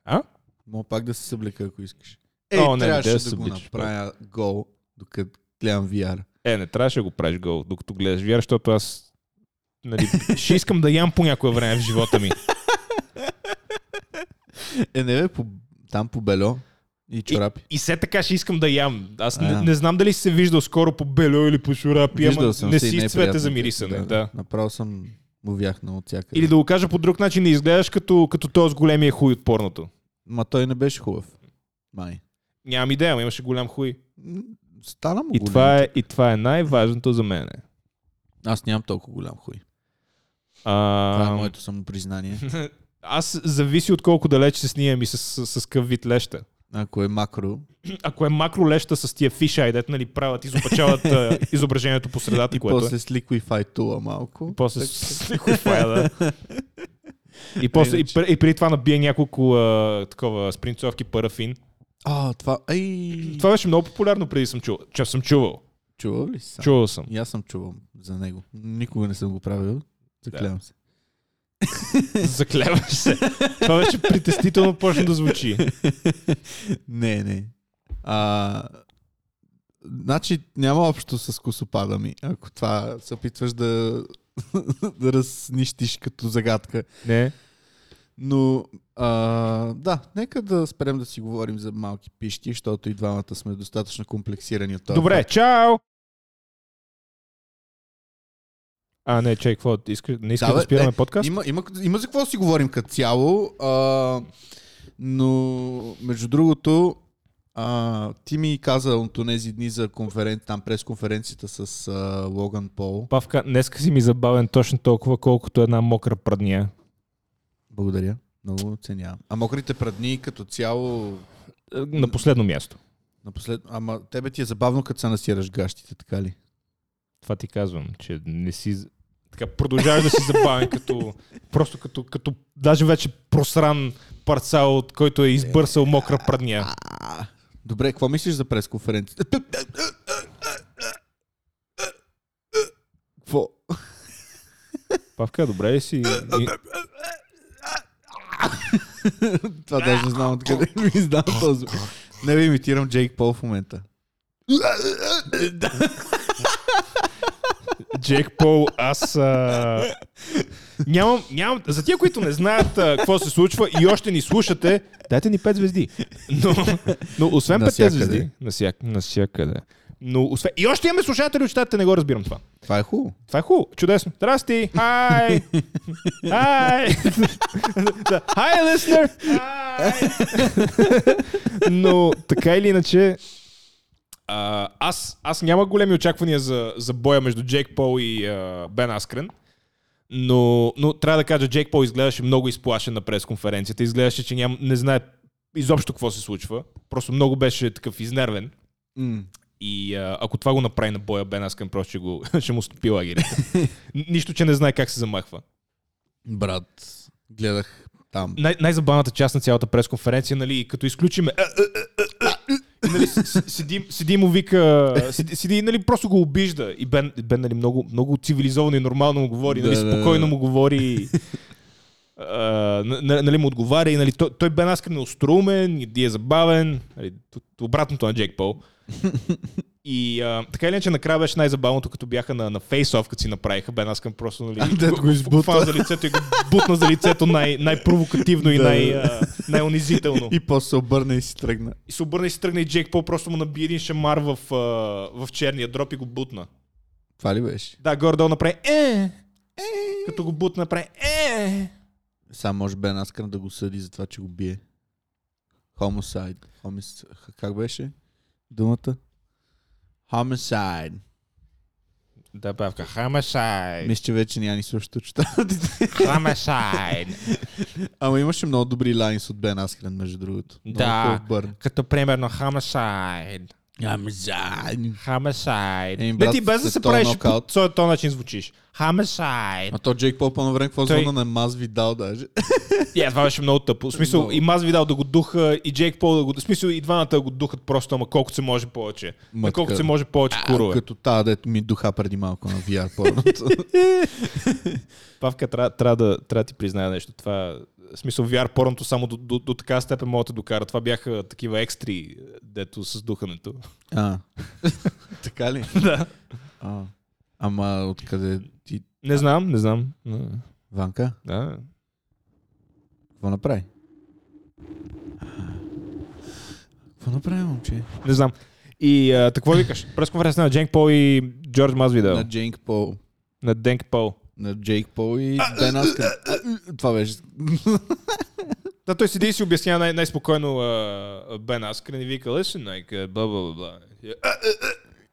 Speaker 2: А?
Speaker 1: Мога пак да се съблека, ако искаш. Ей,
Speaker 2: О, не,
Speaker 1: трябваше
Speaker 2: да
Speaker 1: да,
Speaker 2: се
Speaker 1: го
Speaker 2: обличаш,
Speaker 1: направя гол, докато гледам VR.
Speaker 2: Е, не трябваше да го правиш гол, докато гледаш VR, защото аз нали, ще искам да ям по някое време в живота ми.
Speaker 1: Е, не бе, по, там по бело и чорапи.
Speaker 2: И все така ще искам да ям. Аз не,
Speaker 1: А.
Speaker 2: не знам дали си се виждал скоро по бело или по шурапи, ама
Speaker 1: Виждал съм
Speaker 2: не
Speaker 1: се и
Speaker 2: си
Speaker 1: не е
Speaker 2: цвете
Speaker 1: приятно.
Speaker 2: за мирисане. Да.
Speaker 1: Направо съм увяхнал от всякъде.
Speaker 2: Или да го кажа по друг начин, не изгледаш като, като този с големия хуй от порното.
Speaker 1: Ма той не беше хубав. Май.
Speaker 2: Нямам идея, ама имаше голям хуй.
Speaker 1: М, Стана му
Speaker 2: И
Speaker 1: голям.
Speaker 2: това, е, и това е най-важното за мен.
Speaker 1: Аз нямам толкова голям хуй. Това е
Speaker 2: А,
Speaker 1: моето
Speaker 2: *laughs*
Speaker 1: самопризнание.
Speaker 2: аз зависи от колко далеч се снимам и с, с, с какъв вид леща.
Speaker 1: Ако е макро,
Speaker 2: Ако е макро леща с тия фишай, дет, нали, правят,
Speaker 1: *laughs*
Speaker 2: изопачават а, изображението по средата,
Speaker 1: и
Speaker 2: което е.
Speaker 1: после с Liquify Tool малко.
Speaker 2: После
Speaker 1: Так- *laughs*
Speaker 2: с *laughs* лихофая, да. И, после, и,
Speaker 1: Иначе.
Speaker 2: пр- и преди това набие няколко а, такова спринцовки парафин.
Speaker 1: А, това... Ей,
Speaker 2: Това беше много популярно преди съм чувал. Че съм чувал.
Speaker 1: чувал ли си? сам?
Speaker 2: Чувал
Speaker 1: *laughs*
Speaker 2: съм.
Speaker 1: И аз съм чувал за него. Никога не съм го правил. Заклявам се.
Speaker 2: Заклеваш се. Това беше притеснително почна да звучи.
Speaker 1: Не, не. А, значи няма общо с косопада ми, ако това се опитваш да, *laughs* да разнищиш като загадка.
Speaker 2: Не.
Speaker 1: Но а, да, нека да спрем да си говорим за малки пишки, защото и двамата сме достатъчно комплексирани от това.
Speaker 2: Добре, чао! А, не, чай, какво? Иска, не искаш
Speaker 1: Да,
Speaker 2: да,
Speaker 1: бе,
Speaker 2: спираме
Speaker 1: не,
Speaker 2: подкаст?
Speaker 1: Има, има, има за какво да си говорим като цяло, а, но между другото, а, ти ми каза от тези дни за конферен... там пресконференцията с а, Логан Пол.
Speaker 2: Павка, днеска си ми забавен точно толкова, колкото една мокра прадния.
Speaker 1: Благодаря. Много оценявам. А мокрите прадни като цяло,
Speaker 2: Е, На последно място.
Speaker 1: напослед... ама тебе ти е забавно като се насираш гащите, така ли?
Speaker 2: Това ти казвам, че не си... Така, продължаваш да си забавен като... Просто като, като даже вече просран парцал, от който е избърсал мокра прадния.
Speaker 1: А, добре, какво мислиш за пресконференцията? Какво?
Speaker 2: Павка, добре ли си? И-
Speaker 1: Това даже не знам откъде ми издам този. Не ви имитирам Джейк Пол в момента.
Speaker 2: Джек Пол, аз... А... Нямам, нямам... За тия, които не знаят а, какво се случва и още ни слушате, дайте ни 5 звезди. Но, но освен 5
Speaker 1: Насякъде.
Speaker 2: звезди... Насяк, насякъде. Но освен... И още имаме слушатели от щатите, не го разбирам това.
Speaker 1: Това е хубаво.
Speaker 2: Това е хубаво. Чудесно. Здрасти! Хай! Хай! Да, Хай, лиснер! Хай! Но така или иначе, а, аз, аз няма големи очаквания за, за боя между Джейк Пол и а, Бен Аскрен. Но, но трябва да кажа, Джейк Пол изглеждаше много изплашен на пресконференцията. Изглеждаше, че ням, не знае изобщо какво се случва. Просто много беше такъв изнервен.
Speaker 1: М,
Speaker 2: И а, ако това го направи на боя Бен Аскън, просто ще, го, *laughs* ще му стопи лагерите. Н- Нищо, че не знае как се замахва.
Speaker 1: Брат, гледах там.
Speaker 2: Най- най-забавната част на цялата пресконференция, нали, като изключиме... а, а, а, а, а, и, е, нали, с- с- седи, седи му вика... Седи, седи, нали, просто го обижда. И Бен, Бен нали, много, много цивилизовано и нормално му говори. Нали,
Speaker 1: Да, да, да. *laughs*
Speaker 2: спокойно му говори. а, н- н- нали му отговаря и нали, той, той бе наскрено острумен и е забавен. Нали, т- т- обратното на Джек Пол. И а, така или иначе, накрая беше най-забавното, като бяха на, на фейс-оф, като си направиха. Бе наскъм
Speaker 1: *laughs*
Speaker 2: просто, нали,
Speaker 1: Дед го избута.
Speaker 2: фана за лицето и го бутна за лицето най- най-провокативно и
Speaker 1: Да,
Speaker 2: най-
Speaker 1: да.
Speaker 2: а, най-унизително.
Speaker 1: И после се обърна и си тръгна.
Speaker 2: И се обърна и се тръгна и Джейк Пол просто му наби един шамар в, а, в черния дроп и го бутна.
Speaker 1: Това ли беше?
Speaker 2: Да, Гордон направи е, е, като го бутна направи е.
Speaker 1: Само може Бен Аскър да го съди за това, че го бие. Homicide. Homicide. Как беше думата? Homicide.
Speaker 2: Да, бавка, хамасайд,
Speaker 1: Мисля, че вече няма ни също чета.
Speaker 2: хамасайд.
Speaker 1: *laughs* Ама имаше много добри лайнс от Бен Аскрен, между другото. Много
Speaker 2: Да.
Speaker 1: хубав бърн.
Speaker 2: Като примерно хамасайд,
Speaker 1: Амазайн.
Speaker 2: хамасайд.
Speaker 1: Еми,
Speaker 2: Не
Speaker 1: брат,
Speaker 2: ти без да
Speaker 1: след
Speaker 2: се
Speaker 1: този
Speaker 2: правиш по
Speaker 1: нокаут-
Speaker 2: този този начин звучиш. Хамасайд.
Speaker 1: А то Джейк Пол по време какво
Speaker 2: Той-
Speaker 1: звъна на Маз ви дал даже.
Speaker 2: Я, това беше много тъпо. В смисъл,
Speaker 1: Много.
Speaker 2: и Маз видял да го духа, и Джейк Пол да го... В смисъл, и двамата да го духат просто, ама колкото се може повече.
Speaker 1: Мътка.
Speaker 2: На колкото се може повече курове.
Speaker 1: Като тази, дето ми духа преди малко на VR порното.
Speaker 2: Павка, трябва, трябва, да, трябва да ти призная нещо. Това, в смисъл, VR порното само до, до, до така степен могат да докара. Това бяха такива екстри, дето с духането.
Speaker 1: а. *laughs* така ли?
Speaker 2: *laughs* Да.
Speaker 1: А. Ама откъде ти,
Speaker 2: Не знам, не знам. Но,
Speaker 1: Ванка,
Speaker 2: да.
Speaker 1: какво направи? Какво направи, момче?
Speaker 2: Не знам. И а, какво викаш? През конференция на Дженк Пол и Джордж Мазвидел.
Speaker 1: На
Speaker 2: На,
Speaker 1: Джейк Пол.
Speaker 2: на Денк Пол.
Speaker 1: На Джейк Пол и Бен Аскрен. Това беше.
Speaker 2: Да, той седи и си обяснява най- най-спокойно а, а, Бен Аскрен и вика, listen, like, uh, бла, бла, бла, бла. И, а, а, а. е.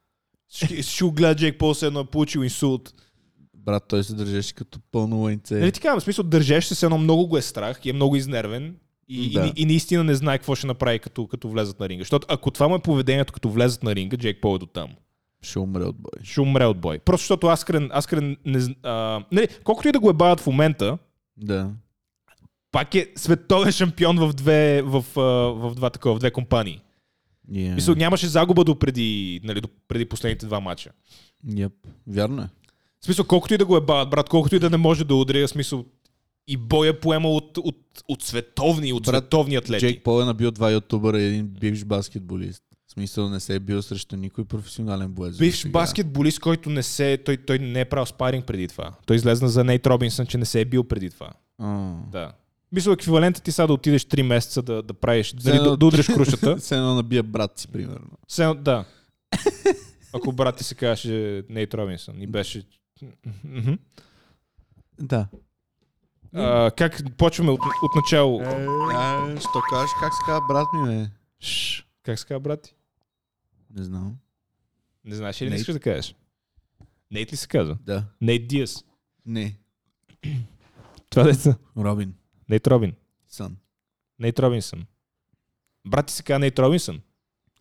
Speaker 2: Ще- Ще го гледа Джейк Пол, се едно е получил инсулт.
Speaker 1: Брат, той се държеше като пълно лайнце.
Speaker 2: Нали ти казвам, в смисъл, държеш се, с едно много го е страх и е много изнервен. И, да.
Speaker 1: Да.
Speaker 2: и, и, наистина не знае какво ще направи, като, като влезат на ринга. Защото ако това му е поведението, като влезат на ринга, Джейк Пол е до там.
Speaker 1: Ще умре от бой.
Speaker 2: Ще умре от бой. Просто защото Аскрен, Аскрен не, зн- а, нали, колкото и да го е бавят в момента,
Speaker 1: Да.
Speaker 2: пак е световен шампион в две, в, а, в, два такова, в две компании.
Speaker 1: Yeah.
Speaker 2: Мисля, нямаше загуба до преди, нали, до преди последните два мача.
Speaker 1: Yep. Вярно е.
Speaker 2: В смисъл, колкото и да го е бават, брат, колкото и да не може да удря, в смисъл, и боя поема от, от, от световни, от
Speaker 1: Брат,
Speaker 2: световни атлети.
Speaker 1: Джейк Пол е набил два ютубъра и един бивш баскетболист. В смисъл не се е бил срещу никой професионален боец.
Speaker 2: Бивш
Speaker 1: досега.
Speaker 2: баскетболист, който не се. Той, той не е правил спаринг преди това. Той излезна за Нейт Робинсън, че не се е бил преди това.
Speaker 1: А.
Speaker 2: Да. Мисля, еквивалентът ти сега да отидеш 3 месеца да, да правиш, нали, да,
Speaker 1: едно-
Speaker 2: да, да
Speaker 1: *laughs*
Speaker 2: удреш крушата.
Speaker 1: Все едно набия брат си, примерно.
Speaker 2: Все едно- да. Ако брат ти се казваше Нейт Робинсън и беше... Мгм.
Speaker 1: Да.
Speaker 2: А, как почваме от, от начало?
Speaker 1: А, що кажеш? Как се казва брат ми, бе?
Speaker 2: Шш. Как се казва брат ти?
Speaker 1: Не знам.
Speaker 2: Не знаеш ли? Не
Speaker 1: Нейт.
Speaker 2: искаш да кажеш. Нейт ли се казва?
Speaker 1: Да.
Speaker 2: Нейт Диас.
Speaker 1: Не.
Speaker 2: Това деца.
Speaker 1: Робин.
Speaker 2: Нейт Робин.
Speaker 1: Сън.
Speaker 2: Нейт Робинсън. Брат ти се казва Нейт Робинсън.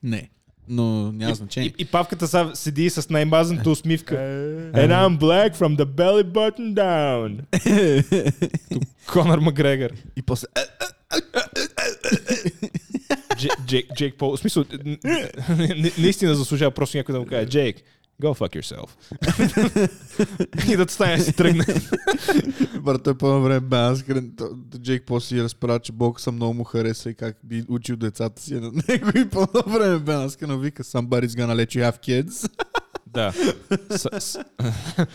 Speaker 1: Не. Но
Speaker 2: И-
Speaker 1: няма значение.
Speaker 2: И, и павката са седи с най-мазната усмивка.
Speaker 3: Е.
Speaker 2: And I'm black from the belly button down. Като Конор Макгрегор.
Speaker 1: И после... е,
Speaker 2: Дж, Джейк, Джейк Пол. В смисъл, н- н- наистина заслужава просто някой да му каже Джейк, go fuck yourself. *laughs* и да стане да си тръгне.
Speaker 1: Брат, той по време бе аскрен. Джейк после си разправя, че бокса много му хареса и как би учил децата си на него и по време бе аскрен вика Somebody's gonna let you have kids.
Speaker 2: да. С- с-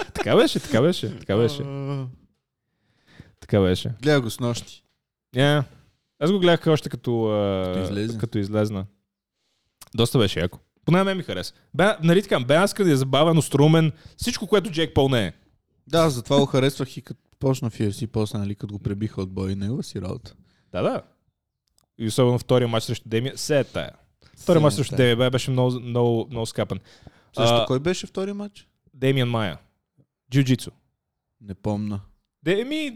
Speaker 2: *laughs* така беше, така беше, така беше.
Speaker 1: А,
Speaker 2: Така беше.
Speaker 1: Гледах го с нощи.
Speaker 2: Yeah. Аз го гледах още като, а,
Speaker 1: Като излезе.
Speaker 2: като излезна. Доста беше яко. Поне на мен ми хареса. Бе, нали така, Бен Аскър е забавен, острумен, всичко, което Джек Пол не е.
Speaker 1: Да, затова го харесвах и като почна в UFC, после, нали, като го пребиха от бой, негова си работа.
Speaker 2: Да, да. И особено втория матч срещу Демия. Се е тая. Втория матч срещу Демия бе, беше много, много, много скапан.
Speaker 1: Също
Speaker 2: А,
Speaker 1: кой беше втори матч?
Speaker 2: Демиан Майя. Джиу-джитсу.
Speaker 1: Не помна.
Speaker 2: Деми...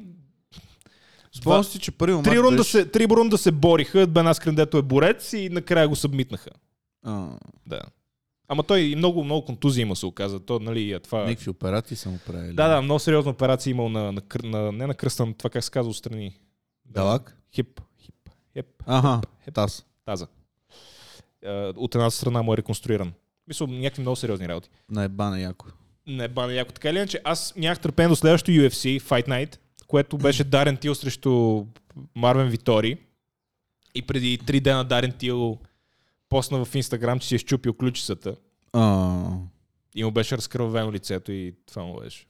Speaker 2: с два-
Speaker 1: Спомням си, че първи матч
Speaker 2: Три рунда,
Speaker 1: беше...
Speaker 2: се, три рунда се бориха, Бен Аскрен дето е борец и накрая го събмитнаха.
Speaker 1: А,
Speaker 2: Да. Ама той и много, много контузии има, се оказа. То, нали, е това...
Speaker 1: Никакви операции са му правили.
Speaker 2: Да, да, много сериозна операция имал на, на, кр- на не на кръста, на това как се казва отстрани.
Speaker 1: Далак?
Speaker 2: Хип, хип, хип,
Speaker 1: Аха,
Speaker 2: хип,
Speaker 1: таз.
Speaker 2: таза. Е, От една страна му е реконструиран. Мисля, някакви много сериозни работи.
Speaker 1: Наебана яко.
Speaker 2: Не бана яко така или иначе. Аз нямах търпение до следващото UFC, Fight Night, което беше Дарен Тил срещу Марвен Витори. И преди три дена Дарен Тил посна в Инстаграм, че си е щупил ключицата.
Speaker 1: А,
Speaker 2: И му беше разкръвено лицето и това му беше.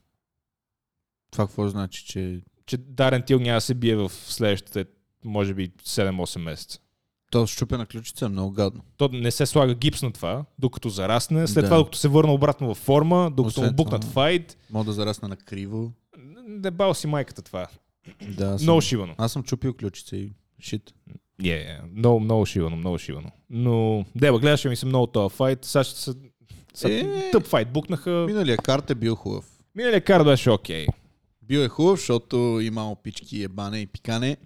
Speaker 1: това какво значи, че...
Speaker 2: Че Дарен Тил няма да се бие в следващите, може би, 7-8 месеца.
Speaker 1: То щупена ключица е много гадно.
Speaker 2: То не се слага гипс на това, докато зарасне. След
Speaker 1: Да.
Speaker 2: това, докато се върна обратно във форма, докато
Speaker 1: Освен
Speaker 2: му букнат
Speaker 1: това.
Speaker 2: файт.
Speaker 1: Мога да зарасна на криво.
Speaker 2: Дебал си майката това.
Speaker 1: Да, аз съм,
Speaker 2: Много шивано.
Speaker 1: аз съм чупил ключица и шит.
Speaker 2: Е, много, много шивано, много шивано. Но, деба, гледаше ми се много този файт. Сега ще са, са
Speaker 1: Е.
Speaker 2: тъп файт букнаха.
Speaker 1: Миналия карт е бил хубав.
Speaker 2: Миналия карт беше окей.
Speaker 1: Бил е хубав, защото имало пички, ебане и пикане.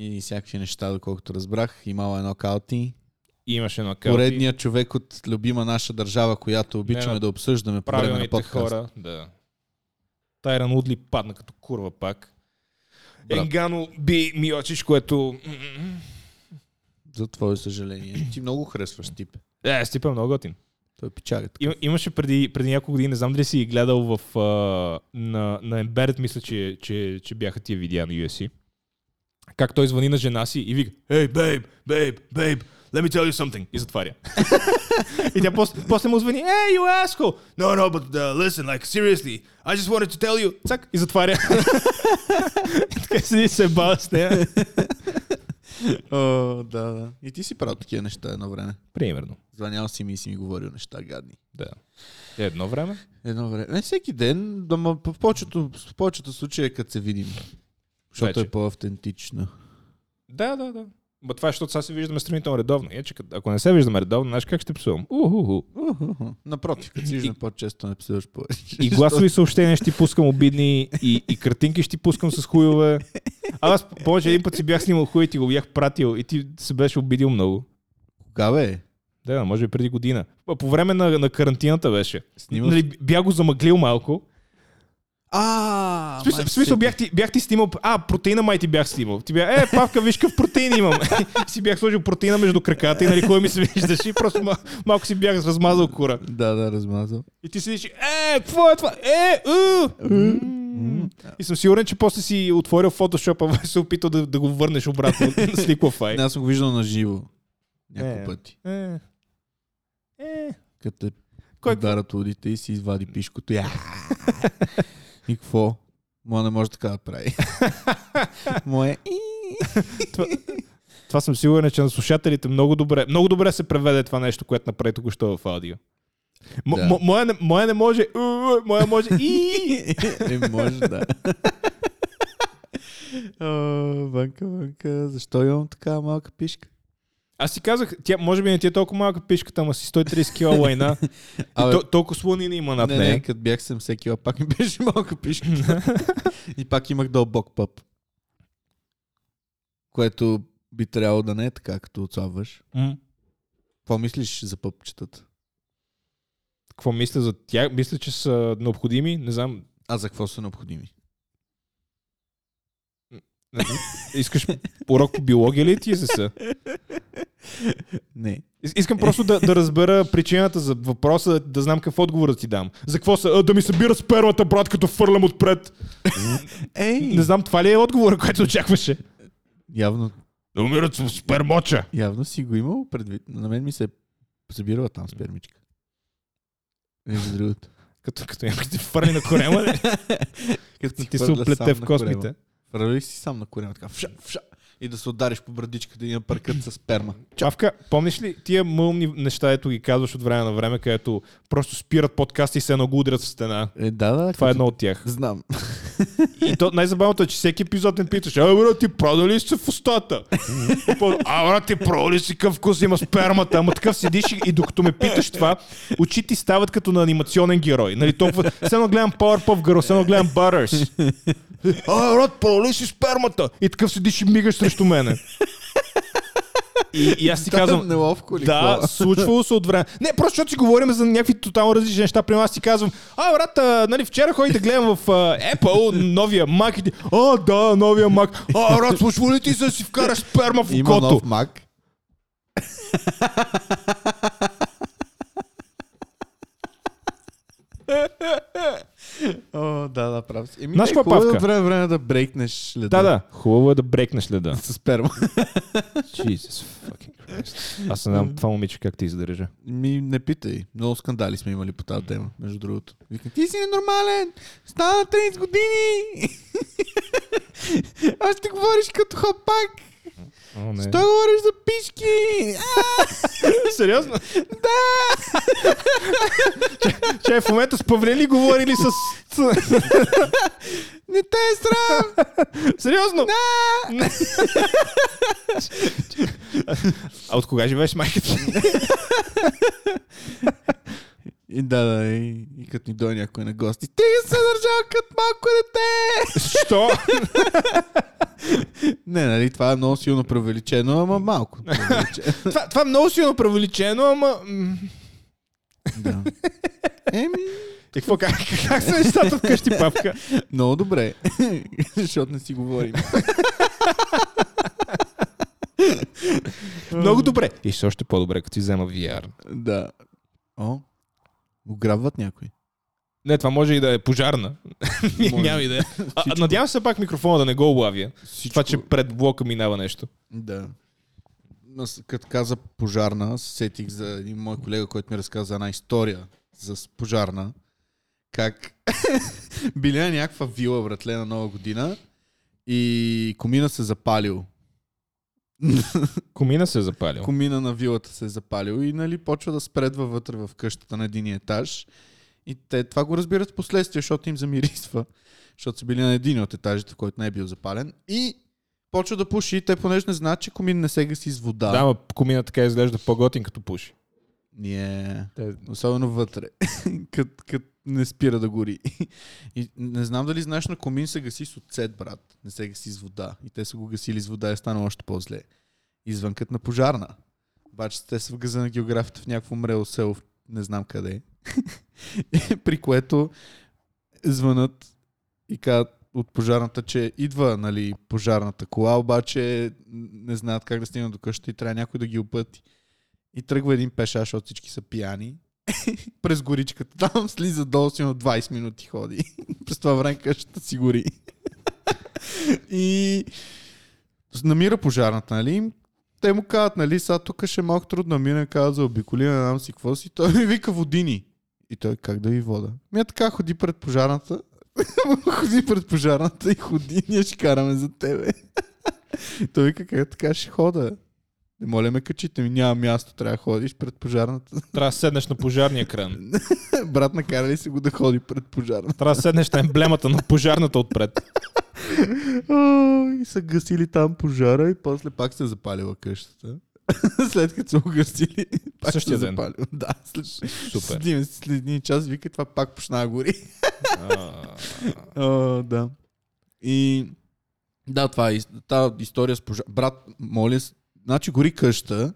Speaker 1: И всякакви неща, доколкото разбрах. Имало едно каути.
Speaker 2: И имаше едно карти.
Speaker 1: Поредният човек от любима наша държава, която обичаме
Speaker 2: Не,
Speaker 1: да обсъждаме по време на
Speaker 2: правилните
Speaker 1: подкаст.
Speaker 2: хора. Да. Тайран Удли падна като курва пак.
Speaker 1: Брат.
Speaker 2: Енгано би Миочич, което... м-м-м.
Speaker 1: За твое съжаление. Ти много харесваш тип.
Speaker 2: Е, Стипа е много готин.
Speaker 1: Той е пичагата.
Speaker 2: Им, имаше преди, преди няколко години, не знам дали си ги гледал в, а, на, на Embedded, мисля, че, че, че бяха тия видеа на UFC. Как той звъни на жена си и вика Hey, babe, babe, babe, let me tell you something. И затваря. *laughs* и тя после, после му звъни Hey, you asshole! No, no, but uh, listen, like, seriously, I just wanted to tell you. Цак, и затваря. *laughs* И така седи и се бава с нея.
Speaker 1: О, да, да. И ти си правил такива неща едно време.
Speaker 2: Примерно,
Speaker 1: Звънял си ми и си ми говорил неща гадни.
Speaker 2: да. Е, Едно време.
Speaker 1: Едно време. Не всеки ден, да ма, в повечето, в повечето случаи е като се видим. Защото
Speaker 2: Вече.
Speaker 1: е по-автентично.
Speaker 2: Да, да, да. Ба това е, защото сега се виждаме сравнително редовно. Е, че като- ако не се виждаме редовно, знаеш как ще псувам? Уху.
Speaker 1: Уху. Напротив, като си виждам по-често, не псуваш повече.
Speaker 2: И гласови съобщения ще ти пускам обидни, и, и картинки ще ти пускам с хуйове. А аз повече един път си бях снимал хуй и ти го бях пратил и ти се беше обидил много.
Speaker 1: Кога бе?
Speaker 2: Да, да, може би преди година. А По време на, на карантината беше.
Speaker 1: Снимал
Speaker 2: Нали, бях го замъглил малко.
Speaker 1: А,
Speaker 2: В смисъл, в
Speaker 1: е
Speaker 2: смисъл бях, ти, бях ти снимал... А, протеина май ти бях снимал. Ти бях, е, павка, виж какъв протеин имам. *laughs* И си бях сложил протеина между краката и нали кой ми се виждаше и просто мал, малко си бях размазал кура.
Speaker 1: Да, да, размазал.
Speaker 2: И ти седиш, е, какво е това? Е, у! И съм сигурен, че после си отворил фотошопа и *laughs* се опитал да, да го върнеш обратно *laughs* с Liquify.
Speaker 1: Не, аз съм го виждал на живо. Няколко
Speaker 2: Е.
Speaker 1: пъти.
Speaker 2: Е, е,
Speaker 1: Като те
Speaker 2: Кой-
Speaker 1: ударят лудите и си извади пишкото. Я! И какво? Моя не може така да *laughs* прави. Мое.
Speaker 2: това съм сигурен, че на слушателите много добре, много добре се преведе това нещо, което направи току-що в аудио. М-
Speaker 1: Да.
Speaker 2: м- моя, не, моя не може, у, у, моя може, и.
Speaker 1: Е, може да. *laughs* О, банка, банка, защо имам такава малка пишка?
Speaker 2: Аз си казах, тя може би не ти е толкова малка пишката, ама си
Speaker 1: *laughs*
Speaker 2: 130 кг лайна. И
Speaker 1: Абе,
Speaker 2: то, толкова слонина има над
Speaker 1: не,
Speaker 2: нея.
Speaker 1: не, като бях 70 кила, пак ми беше малка пишка. *laughs* и пак имах дълбок пъп. Което би трябвало да не е така, като отслабваш.
Speaker 2: М.
Speaker 1: Какво мислиш за пъпчетата?
Speaker 2: Какво мисля за тях? Мисля, че са необходими. Не знам.
Speaker 1: А за какво са необходими?
Speaker 2: Не знам. Искаш урок по биология ли ти е, са?
Speaker 1: Не.
Speaker 2: Искам просто да, да разбера причината за въпроса, да, да знам какъв отговор да ти дам. За какво са? А, да ми събира спермата, брат, като фърлям отпред.
Speaker 1: Ей!
Speaker 2: Не знам, това ли е отговора, който очакваше?
Speaker 1: Явно,
Speaker 2: Да умират с спермоча.
Speaker 1: явно си го имал предвид. На мен ми се събирала там спермичка. Между другото.
Speaker 2: Като, като някой ти фърли на
Speaker 1: *laughs*
Speaker 2: корема, ли?
Speaker 1: Като
Speaker 2: ти се оплете в космите.
Speaker 1: Правих си сам на корема, така вша, вша, и да се удариш по брадичката и на паркът с сперма.
Speaker 2: Чавка, помниш ли тия мълни неща, ето ги казваш от време на време, където просто спират подкасти и се едно го удрят в стена?
Speaker 1: Е, да, да,
Speaker 2: Това е едно от тях.
Speaker 1: Знам.
Speaker 2: И то най-забавното е, че всеки епизод ме питаш, а брат, ти продал ли си се в устата? И по- а брат, ти продал ли си къв вкус има спермата? Ама такъв седиш и, и докато ме питаш това, очи ти стават като на анимационен герой. Нали, толкова... Сено гледам Powerpuff Girl, сено гледам Butters. А, брат, продал ли си спермата? И такъв седиш и мигаш срещу мене. И, и аз ти казвам,
Speaker 1: е Неловко ли?
Speaker 2: да,
Speaker 1: какво?
Speaker 2: случвало се от време. Не, просто защото си говорим за някакви тотално различни неща. При аз си казвам, а, брат, а, нали, вчера ходих да гледам в а, Apple новия Mac и ти, а, да, новия Mac. А, брат, случва ли ти се да си вкараш сперма в
Speaker 1: Има
Speaker 2: окото?
Speaker 1: нов мак. О, да, да, прав Аз, еми,
Speaker 2: Знаеш
Speaker 1: е,
Speaker 2: каква
Speaker 1: хубаво е
Speaker 2: павка?
Speaker 1: от време на време да брейкнеш леда.
Speaker 2: Да, да. Хубаво е да брекнеш леда.
Speaker 1: С сперма.
Speaker 2: Jesus fucking Christ. Аз не знам това момиче как ти издържа.
Speaker 1: Ми не питай. Много скандали сме имали по тази тема, между другото. Викам, ти си ненормален! Стана на 30 години! *laughs* Още говориш като хапак!
Speaker 2: О, не.
Speaker 1: Що говориш за пишки?
Speaker 2: Сериозно? Да! Че в момента с Павлели говорили с... с-
Speaker 1: Не те е срам!
Speaker 2: Сериозно? Да! А от кога живееш с майка ти?
Speaker 1: И да, да, и, и като ни дойде някой на гости. Ти се държал като малко дете!
Speaker 2: Що?
Speaker 1: Не, нали, това е много силно преувеличено, ама малко. преувеличено.
Speaker 2: Това, това е много силно преувеличено, ама... м,
Speaker 1: да. Еми,
Speaker 2: И какво, как, как са нещата вкъщи, папка?
Speaker 1: много добре. *laughs* Защото не си говорим.
Speaker 2: Много добре. И ще още по-добре, като ти взема VR.
Speaker 1: Да. О, ограбват някой.
Speaker 2: Не, това може и да е пожарна.
Speaker 1: Може.
Speaker 2: *laughs* Няма идея. А, а, надявам се пак микрофона да не го облавя.
Speaker 1: Всичко...
Speaker 2: Това, че пред блока минава нещо.
Speaker 1: Да. Аз, Като каза пожарна, се сетих за един мой колега, който ми разказа една история за с- пожарна. Как *laughs* били на някаква вила, братле, на нова година и комина се запалил.
Speaker 2: Комина се е запалил.
Speaker 1: Комина на вилата се е запалил и нали, почва да спредва вътре в къщата на един етаж. И те това го разбират в последствие, защото им замирисва. Защото са били на един от етажите, който не е бил запален. И почва да пуши и те, понеже не знаят, че комин не се гаси с вода.
Speaker 2: Да, ма комина така изглежда по-готин като пуши.
Speaker 1: Yeah.
Speaker 2: Те-
Speaker 1: Особено вътре, *laughs* кът, кът не спира да гори. И не знам дали знаеш, на комин се гаси с оцет, брат. Не се гаси с вода. И те са го гасили с вода и е станало още по-зле. Извънкът на пожарна. Обаче те са в газа на географията в някакво мрело село, в- не знам къде. *laughs* При което звънат и казват от пожарната, че идва нали, пожарната кола, обаче не знаят как да стигнат до къща и трябва някой да ги опъти. И тръгва един пеша, защото всички са пияни. *laughs* През горичката. Там слиза долу, си на 20 минути ходи. *laughs* През това време къщата си гори. *laughs* И намира пожарната, нали? Те му казват, нали, сега тук ще е малко трудно да мине, казва за обиколина, не знам си какво си. Той ми вика водини. И той как да ви вода? Мя така ходи пред пожарната. *laughs* ходи пред пожарната и ходи, ние ще караме за тебе. *laughs* той вика как така ще хода. Не моля ме качите ми, няма място, трябва да ходиш пред пожарната. *laughs*
Speaker 2: Трябва да седнеш на пожарния кран.
Speaker 1: Брат, накарали се го да ходи пред пожарната.
Speaker 2: Трябва да седнеш на емблемата на пожарната отпред.
Speaker 1: О, И са гасили там пожара и после пак се е запалила къщата. *laughs* След като са го гасили, пак се е
Speaker 2: Същия ден.
Speaker 1: запалила. Да, след,
Speaker 2: Супер.
Speaker 1: След, след един час вика, това пак почна да *laughs* гори.
Speaker 2: А,
Speaker 1: О, да. И да, това е ис- та история с пожар. Брат, моля, с- значи гори къща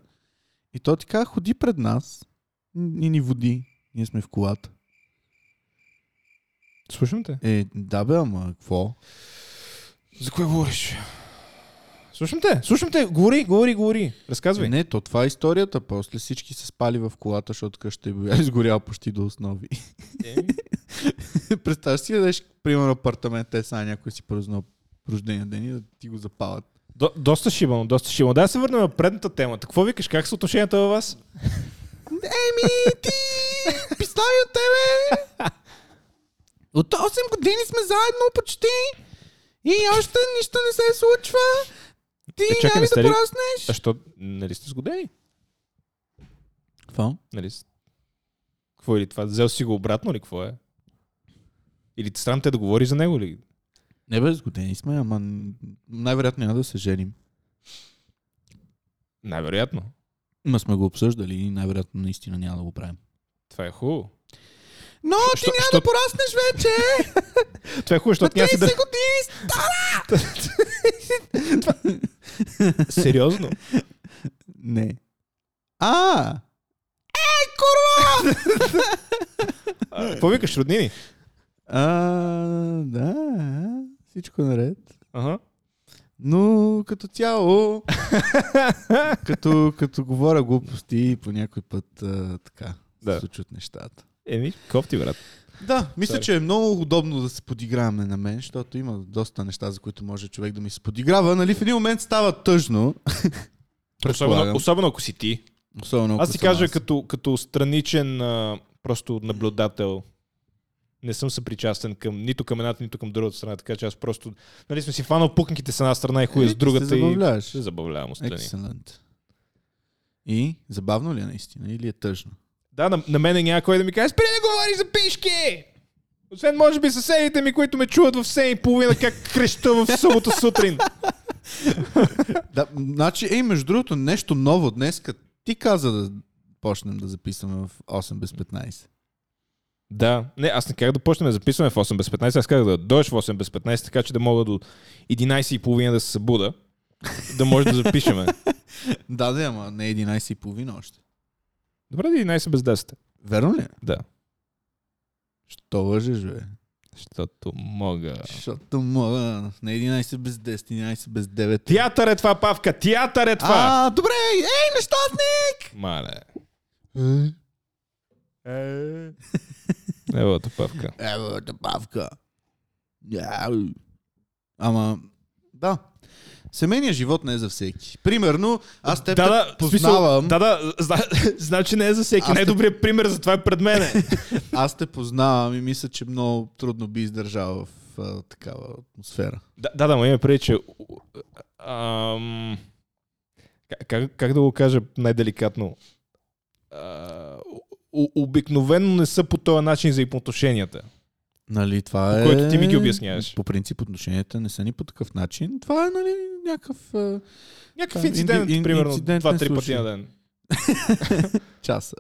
Speaker 1: и той ти каза, ходи пред нас и ни води. Ние сме в колата.
Speaker 2: Слушам те.
Speaker 1: Е, да бе, ама какво?
Speaker 2: За кое говориш? Слушам те, слушам те. Говори, говори, говори. Разказвай.
Speaker 1: Не, то това е историята. После всички се спали в колата, защото къща е била изгоряла почти до основи. Е. *laughs* Представяш си, да дадеш, примерно, апартамент, те сега някой си празнува рождения ден и да ти го запалят.
Speaker 2: До, доста шибано, доста шибано. Да се върнем на предната тема. Какво викаш? Как са отношенията във вас?
Speaker 1: Еми, ти! Писай от тебе! От 8 години сме заедно почти! И още нищо не се случва! Ти
Speaker 2: Е, чакай, няма ли не сте да ли- А
Speaker 1: пораснеш?
Speaker 2: що? Нали сте сгодени?
Speaker 1: Какво?
Speaker 2: Нали? с- Какво е ли това? Взел си го обратно ли? Какво е? Или ти срам те да говори за него ли?
Speaker 1: Не бе, сгодени сме, ама н- най-вероятно няма да се женим.
Speaker 2: Най-вероятно.
Speaker 1: Ма сме го обсъждали и най-вероятно наистина няма да го правим.
Speaker 2: Това е хубаво.
Speaker 1: Но ти
Speaker 2: Що-
Speaker 1: няма
Speaker 2: що-
Speaker 1: да пораснеш вече! *laughs*
Speaker 2: Това е хубаво,
Speaker 1: На 30
Speaker 2: защото няма си да...
Speaker 1: години!
Speaker 2: Сериозно?
Speaker 1: Не. А! Ей, курва!
Speaker 2: А, Какво викаш, роднини?
Speaker 1: а, да, всичко наред.
Speaker 2: Ага.
Speaker 1: Но като цяло, *laughs* като, като говоря глупости, по някой път а, така
Speaker 2: Да.
Speaker 1: се случват нещата.
Speaker 2: Еми, кофти, брат.
Speaker 1: Да, мисля,
Speaker 2: Sorry.
Speaker 1: че е много удобно да се подиграваме на мен, защото има доста неща, за които може човек да ми се подиграва. Нали в един момент става тъжно.
Speaker 2: Особено,
Speaker 1: Предполагам.
Speaker 2: особено ако си ти.
Speaker 1: Особено
Speaker 2: Аз
Speaker 1: ако
Speaker 2: ти
Speaker 1: съм
Speaker 2: кажа
Speaker 1: аз.
Speaker 2: като, като страничен а, просто наблюдател. Не съм съпричастен към, нито към едната, нито към другата страна, така че аз просто... Нали сме си фанал пукнките с една страна и хуя
Speaker 1: Е,
Speaker 2: с
Speaker 1: ти
Speaker 2: другата
Speaker 1: се
Speaker 2: и... Нали?
Speaker 1: забавляваш. Е,
Speaker 2: Ще забавлявам остани.
Speaker 1: Excellent. И забавно ли е наистина или е тъжно?
Speaker 2: Да, на, на мене някой да ми каже, спри да говори за пишки! Освен, може би, съседите ми, които ме чуват в 7 и половина, как креща в
Speaker 1: *laughs*
Speaker 2: събота сутрин.
Speaker 1: Да, значи, ей, между другото, нещо ново днес, като ти каза да почнем да записваме в 8 без 15.
Speaker 2: Да, не, аз не как да почнем да записваме в 8 без 15, аз как да дойдеш в 8 без 15, така че да мога до 11.30 да се събуда, да може да запишеме.
Speaker 1: Да, да, ама не е 11.30 още.
Speaker 2: Добре, да е 11 без 10.
Speaker 1: Верно ли? е?
Speaker 2: Да.
Speaker 1: Що лъжеш, бе?
Speaker 2: Защото мога.
Speaker 1: Защото мога. Не е 11 без 10, 11 без 9.
Speaker 2: Театър е това, Павка! Театър е това!
Speaker 1: А, добре! Ей, нещастник!
Speaker 2: Мале.
Speaker 1: Е.
Speaker 2: Е. *laughs* Евото, Павка.
Speaker 1: Ева, добавка. Яу. Ама, да. Семейният живот не е за всеки. Примерно, аз теб
Speaker 2: да,
Speaker 1: те
Speaker 2: да, в смисъл,
Speaker 1: познавам.
Speaker 2: Да, да, зна, *laughs* значи не е за всеки.
Speaker 1: Аз те-
Speaker 2: Най-добрият пример за това е пред мене.
Speaker 1: Аз те познавам и мисля, че много трудно би издържал в а, такава атмосфера.
Speaker 2: *laughs* да, да, да, ма има преди, че... Ам, как- как, как да го кажа най-деликатно? А, о- обикновено не са по този начин за взаимоотношенията.
Speaker 1: Нали, това е...
Speaker 2: По който ти ми ги обясняваш.
Speaker 1: По принцип отношенията не са ни по такъв начин. Това е, нали, някакъв а,
Speaker 2: Някакъв
Speaker 1: Да,
Speaker 2: инцидент,
Speaker 1: инди- ин-
Speaker 2: примерно,
Speaker 1: инцидентен
Speaker 2: два-три пъти
Speaker 1: случай.
Speaker 2: на ден.
Speaker 1: часа.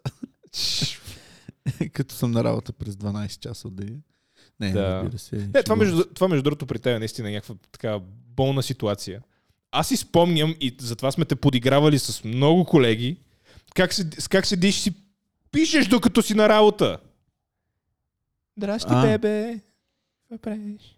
Speaker 1: Като съм на работа през 12 часа от деня. Не,
Speaker 2: Да.
Speaker 1: да. разбира се.
Speaker 2: Не, Е, това
Speaker 1: шегувам
Speaker 2: между, това между другото при теб е наистина някаква така болна ситуация. Аз си спомням и затова сме те подигравали с много колеги, как, се, с как седиш и си пишеш докато си на работа. Здрасти,
Speaker 1: А.
Speaker 2: бебе. Какво правиш?
Speaker 1: се.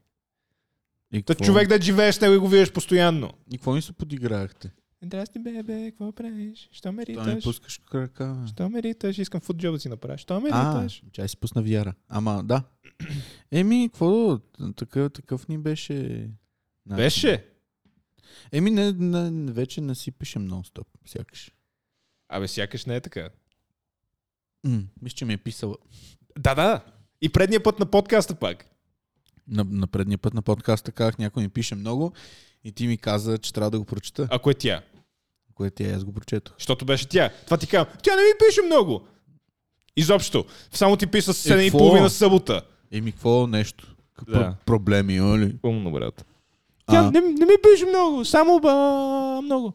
Speaker 1: И
Speaker 2: Та
Speaker 1: какво-
Speaker 2: човек да живееш с него и го виждаш постоянно.
Speaker 1: И какво ми се подиграхте?
Speaker 2: Здрасти, бебе. Какво правиш? Що ме
Speaker 1: Той не
Speaker 2: риташ?
Speaker 1: пускаш крака, бе.
Speaker 2: Що ме риташ? Искам футджоба да си направиш. Що ме
Speaker 1: А, значи.
Speaker 2: риташ?
Speaker 1: тя си пусна вяра. Ама, да. Еми, какво да- такъв, такъв ни беше... начин.
Speaker 2: Беше.
Speaker 1: Еми, не, не, вече не си пишем нон-стоп, сякаш.
Speaker 2: Абе, сякаш не е така.
Speaker 1: М, мисля, че ми е писала.
Speaker 2: Да, да. И предния път на подкаста пак.
Speaker 1: На, на предния път на подкаста казах, някой ми пише много и ти ми каза, че трябва да го прочета,
Speaker 2: Ако е тя.
Speaker 1: което и аз го прочетох.
Speaker 2: Защото беше тя. Това ти казвам. Тя не ми пише много. Изобщо. Само ти писа с 7
Speaker 1: Е,
Speaker 2: и
Speaker 1: какво?
Speaker 2: половина събота.
Speaker 1: Еми, какво нещо? Какво
Speaker 2: Да.
Speaker 1: проблеми има ли?
Speaker 2: Умно, брат. Тя
Speaker 1: А,
Speaker 2: не, не ми пише много. Само ба, много.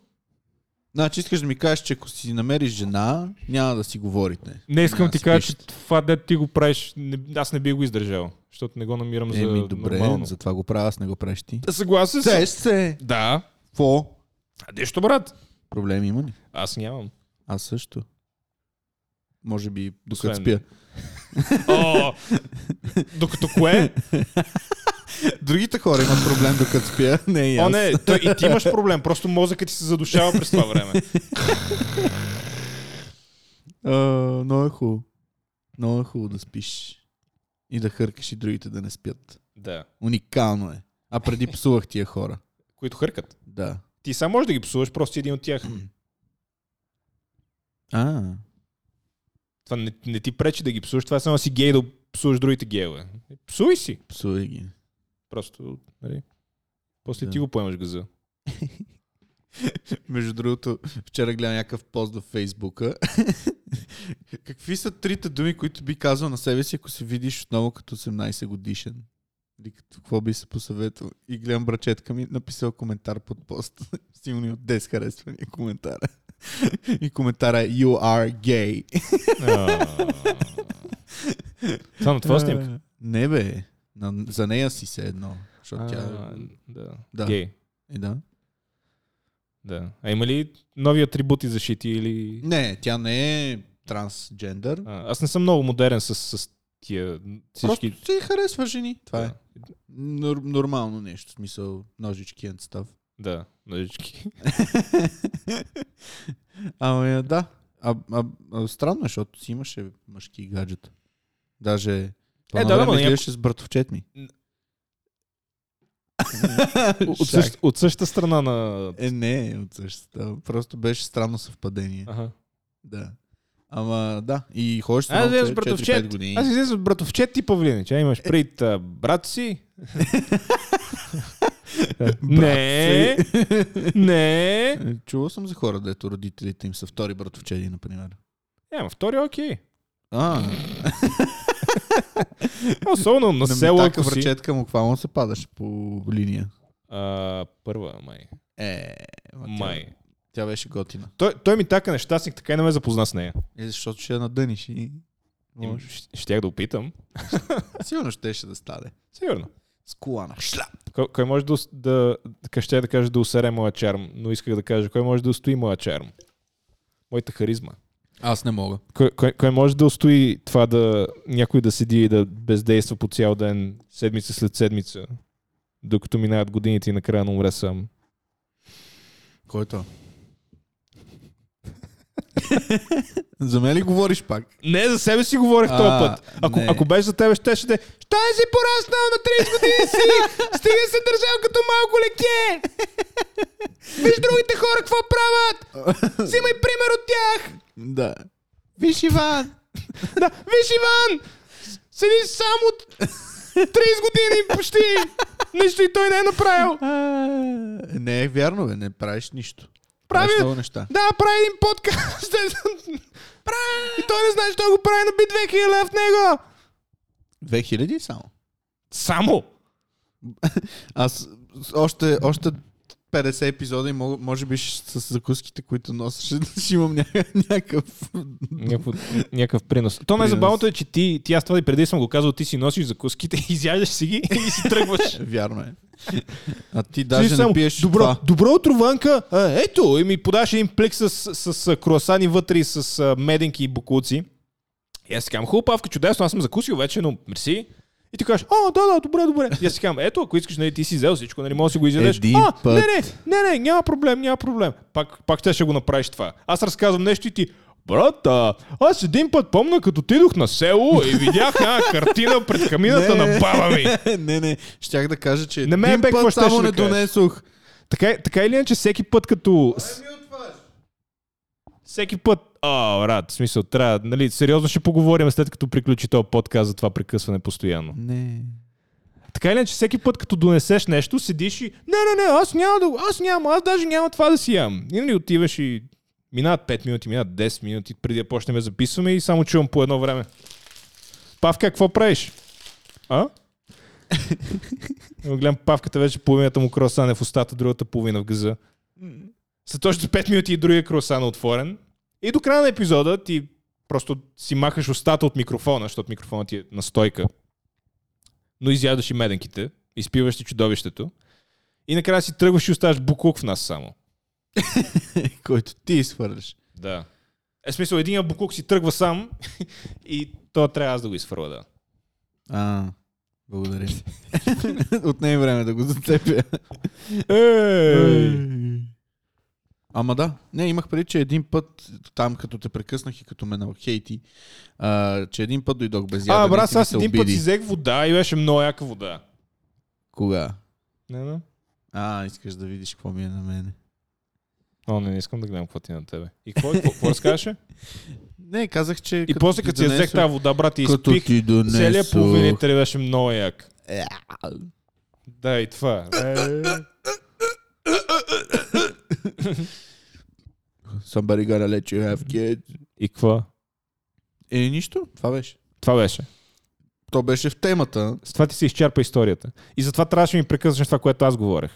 Speaker 1: значи искаш да ми кажеш, че ако си намериш жена, няма да си говорите.
Speaker 2: Не искам
Speaker 1: Няма
Speaker 2: ти
Speaker 1: да си
Speaker 2: кажа, че
Speaker 1: пишете.
Speaker 2: това дет ти го правиш, не, аз не би го издържал. Защото не го намирам за
Speaker 1: Еми, добре,
Speaker 2: нормално.
Speaker 1: затова го правя, аз не го правиш ти.
Speaker 2: Да, Е, Съгласен съм.
Speaker 1: Сеш се!
Speaker 2: Да.
Speaker 1: Какво?
Speaker 2: А дещо, брат?
Speaker 1: Проблеми има ли?
Speaker 2: Аз нямам.
Speaker 1: Аз също. Може би, докато спя.
Speaker 2: Освен-
Speaker 1: *laughs*
Speaker 2: О, докато кое?
Speaker 1: *coughs* Другите хора имат проблем докато спя, *laughs* не и
Speaker 2: О,
Speaker 1: аз.
Speaker 2: не, той, и ти имаш проблем. Просто мозъкът ти се задушава през това време.
Speaker 1: А, много е хубаво. Много е хубаво да спиш. И да хъркаш и другите да не спят.
Speaker 2: Да.
Speaker 1: Уникално е. А преди псувах тия хора.
Speaker 2: Които хъркат.
Speaker 1: Да.
Speaker 2: Ти сам можеш да ги псуваш, просто си един от тях.
Speaker 1: А,
Speaker 2: Това не, не ти пречи да ги псуваш, това е само да си гей да псуваш другите гейове. Псуй си.
Speaker 1: псувай ги.
Speaker 2: Просто, нали? После
Speaker 1: Да.
Speaker 2: ти го
Speaker 1: *laughs*
Speaker 2: поемаш газа.
Speaker 1: Между другото, вчера гледам някакъв пост във Фейсбука. *laughs* Какви са трите думи, които би казал на себе си, ако се видиш отново като 18 годишен? Или като какво би се посъветвал? И гледам брачетка ми, написал коментар под пост. *laughs* Силни от 10 харесвания коментара. *laughs* И коментара е You are gay.
Speaker 2: Това на това снимка.
Speaker 1: А, *laughs* Не бе. На, за нея си се едно. Защото тя...
Speaker 2: А, Да.
Speaker 1: Да.
Speaker 2: Гей.
Speaker 1: Е, да.
Speaker 2: Да. А има ли нови атрибути за шити или...
Speaker 1: Не, тя не е трансджендър.
Speaker 2: А, аз не съм много модерен с, с тия всички...
Speaker 1: Просто се харесва жени. Това е.
Speaker 2: Да.
Speaker 1: Нор- нормално нещо, в смисъл ножички and stuff. *laughs*
Speaker 2: Да. Ножички.
Speaker 1: Ама е, да. А, а, а, странно, е, защото си имаше мъжки гаджета. Даже По
Speaker 2: Е,
Speaker 1: е,
Speaker 2: да,
Speaker 1: да,
Speaker 2: да,
Speaker 1: да,
Speaker 2: ма, някой-
Speaker 1: гледаше с братовчет ми. *laughs*
Speaker 2: От, същ, от същата страна на...
Speaker 1: Е, не, от същата. Просто беше странно съвпадение.
Speaker 2: Аха.
Speaker 1: Да. Ама да, и ходиш с
Speaker 2: Аз
Speaker 1: едно
Speaker 2: излизам с
Speaker 1: момче, 4-5
Speaker 2: братовчет.
Speaker 1: години. Е.
Speaker 2: Аз излизам с братовчет ти павлине. Че имаш пред а,
Speaker 1: *laughs*
Speaker 2: брат си. не, не.
Speaker 1: Е, *laughs* Чувал съм за хора, дето родителите им са втори братовчеди, например.
Speaker 2: Няма втори, окей.
Speaker 1: А,
Speaker 2: Особено на
Speaker 1: на
Speaker 2: село,
Speaker 1: Ами, така
Speaker 2: ако си.
Speaker 1: връчетка му, хвално се падаш по линия.
Speaker 2: А, първа, май.
Speaker 1: Е, ма тя-
Speaker 2: Май.
Speaker 1: Тя беше готина.
Speaker 2: Той, той ми така нещастник, така и не ме запозна с нея.
Speaker 1: Е, защото ще я надъниш и...
Speaker 2: Им, щ- щях да опитам.
Speaker 1: Сигурно щеше да стане.
Speaker 2: Сигурно.
Speaker 1: С колана. Шляп!
Speaker 2: Кой, кой може да, ус- да, да, ще е да каже да усере моя чарм, но исках да кажа, кой може да устои моя чарм? Моята харизма.
Speaker 1: Аз не мога.
Speaker 2: Кой, кой, кой може да устои това да някой да седи и да бездейства по цял ден, седмица след седмица, докато минават годините и накрая не умре сам?
Speaker 1: Който? *laughs* За мен ли говориш пак?
Speaker 2: Не, за себе си говорех този
Speaker 1: А,
Speaker 2: път. Ако,
Speaker 1: не.
Speaker 2: ако беше за тебе, щеше да е Що не си пораснал на 30 години си? Стига се държал като малко леке! Виж другите хора какво правят! Взимай пример от тях!
Speaker 1: *laughs* Да. Виж, Иван!
Speaker 2: Да, виж Иван! Седи само от 30 години почти! Нищо и той не е направил!
Speaker 1: не е вярно, бе, не правиш нищо.
Speaker 2: Правя-
Speaker 1: Правиш много неща.
Speaker 2: Да, прави един подкаст. И той не знае, че той го прави на би 2000 в него.
Speaker 1: 2000 само.
Speaker 2: Само?
Speaker 1: Аз с- още, още 50 епизода и мога- може би ще- с закуските, които носеше, *laughs* ще имам ня- някакъв...
Speaker 2: някакъв принос. То
Speaker 1: Принос.
Speaker 2: най-забавното е, че ти, ти аз това и преди съм го казал, ти си носиш закуските, *laughs* изяждаш си ги и си тръгваш.
Speaker 1: Вярно е. А ти
Speaker 2: Слизаш
Speaker 1: даже не пиеш
Speaker 2: Значи добро,
Speaker 1: това. *laughs*
Speaker 2: добро утро, Ванка. А, ето, и ми подаш един плик с, с, с, а, круасани вътре и с а, меденки и бокуци. И аз си казвам, хубава павка, чудесно, аз съм закусил вече, но мерси. И ти кажеш, а, да, да, добре, добре. И аз си казвам, ето, ако искаш, нали, ти си взел всичко, нали, може да си го изядеш.
Speaker 1: Един
Speaker 2: а,
Speaker 1: път.
Speaker 2: не, не, не, не, няма проблем, няма проблем. Пак, пак ще ще го направиш това. Аз разказвам нещо и ти, Брат, а, аз един път помня, като отидох на село и видях една картина пред камината
Speaker 1: Не.
Speaker 2: на баба ми.
Speaker 1: не, не, щях да кажа, че
Speaker 2: Не ме е
Speaker 1: един
Speaker 2: бе, какво
Speaker 1: път само
Speaker 2: щеше да
Speaker 1: не
Speaker 2: кажеш.
Speaker 1: донесох.
Speaker 2: Така, така или иначе, всеки път като... Всеки път... О, брат, в смисъл, трябва... Нали, сериозно ще поговорим след като приключи този подкаст за това прекъсване постоянно.
Speaker 1: Не.
Speaker 2: Така или иначе, всеки път като донесеш нещо, седиш и... Не, не, не, аз няма да... го- Аз няма, аз даже няма това да си ям. И нали, отиваш и... Минават 5 минути, минават 10 минути, преди да почнем да записваме и само чувам по едно време. Павка, какво правиш? А? Но Гледам павката вече половината му круасан е в устата, другата половина в газа. След още 5 минути и другия круасан е отворен. И до края на епизода ти просто си махаш устата от микрофона, защото микрофонът ти е на стойка. Но изядаш и меденките, изпиваш ти чудовището. И накрая си тръгваш и оставаш буклук в нас само.
Speaker 1: Е, Който ти изхвърляш.
Speaker 2: Да. Е, в смисъл, един буклук си тръгва сам *laughs* и то трябва аз да го изфърла, да.
Speaker 1: А, благодаря. *laughs* Отне време да го зацепя.
Speaker 2: Ей!
Speaker 1: Ама да, не, имах преди, че един път, там като те прекъснах и като ме нахейти, а, че един път дойдох без ядене.
Speaker 2: А,
Speaker 1: и
Speaker 2: брат,
Speaker 1: ти ми
Speaker 2: аз
Speaker 1: се
Speaker 2: един път
Speaker 1: обиди.
Speaker 2: си взех вода и беше много яка вода.
Speaker 1: Кога?
Speaker 2: Не, не.
Speaker 1: А, искаш да видиш какво ми е на мене.
Speaker 2: О, не, не искам да гледам какво ти е на тебе. И какво, какво, какво *laughs* разкажеше?
Speaker 1: Не, казах, че...
Speaker 2: И после като си я взех тази вода, брат, и
Speaker 1: като
Speaker 2: изпих,
Speaker 1: ти донесох...
Speaker 2: целият половин литър и беше много як.
Speaker 1: Е, а,
Speaker 2: Да, и това. Е,
Speaker 1: Somebody gotta let you have kids.
Speaker 2: И какво?
Speaker 1: Е, нищо, това беше.
Speaker 2: Това беше.
Speaker 1: То беше в темата.
Speaker 2: С това ти се изчерпа историята. И затова трябваше да ми прекъснеш това, което аз говорех.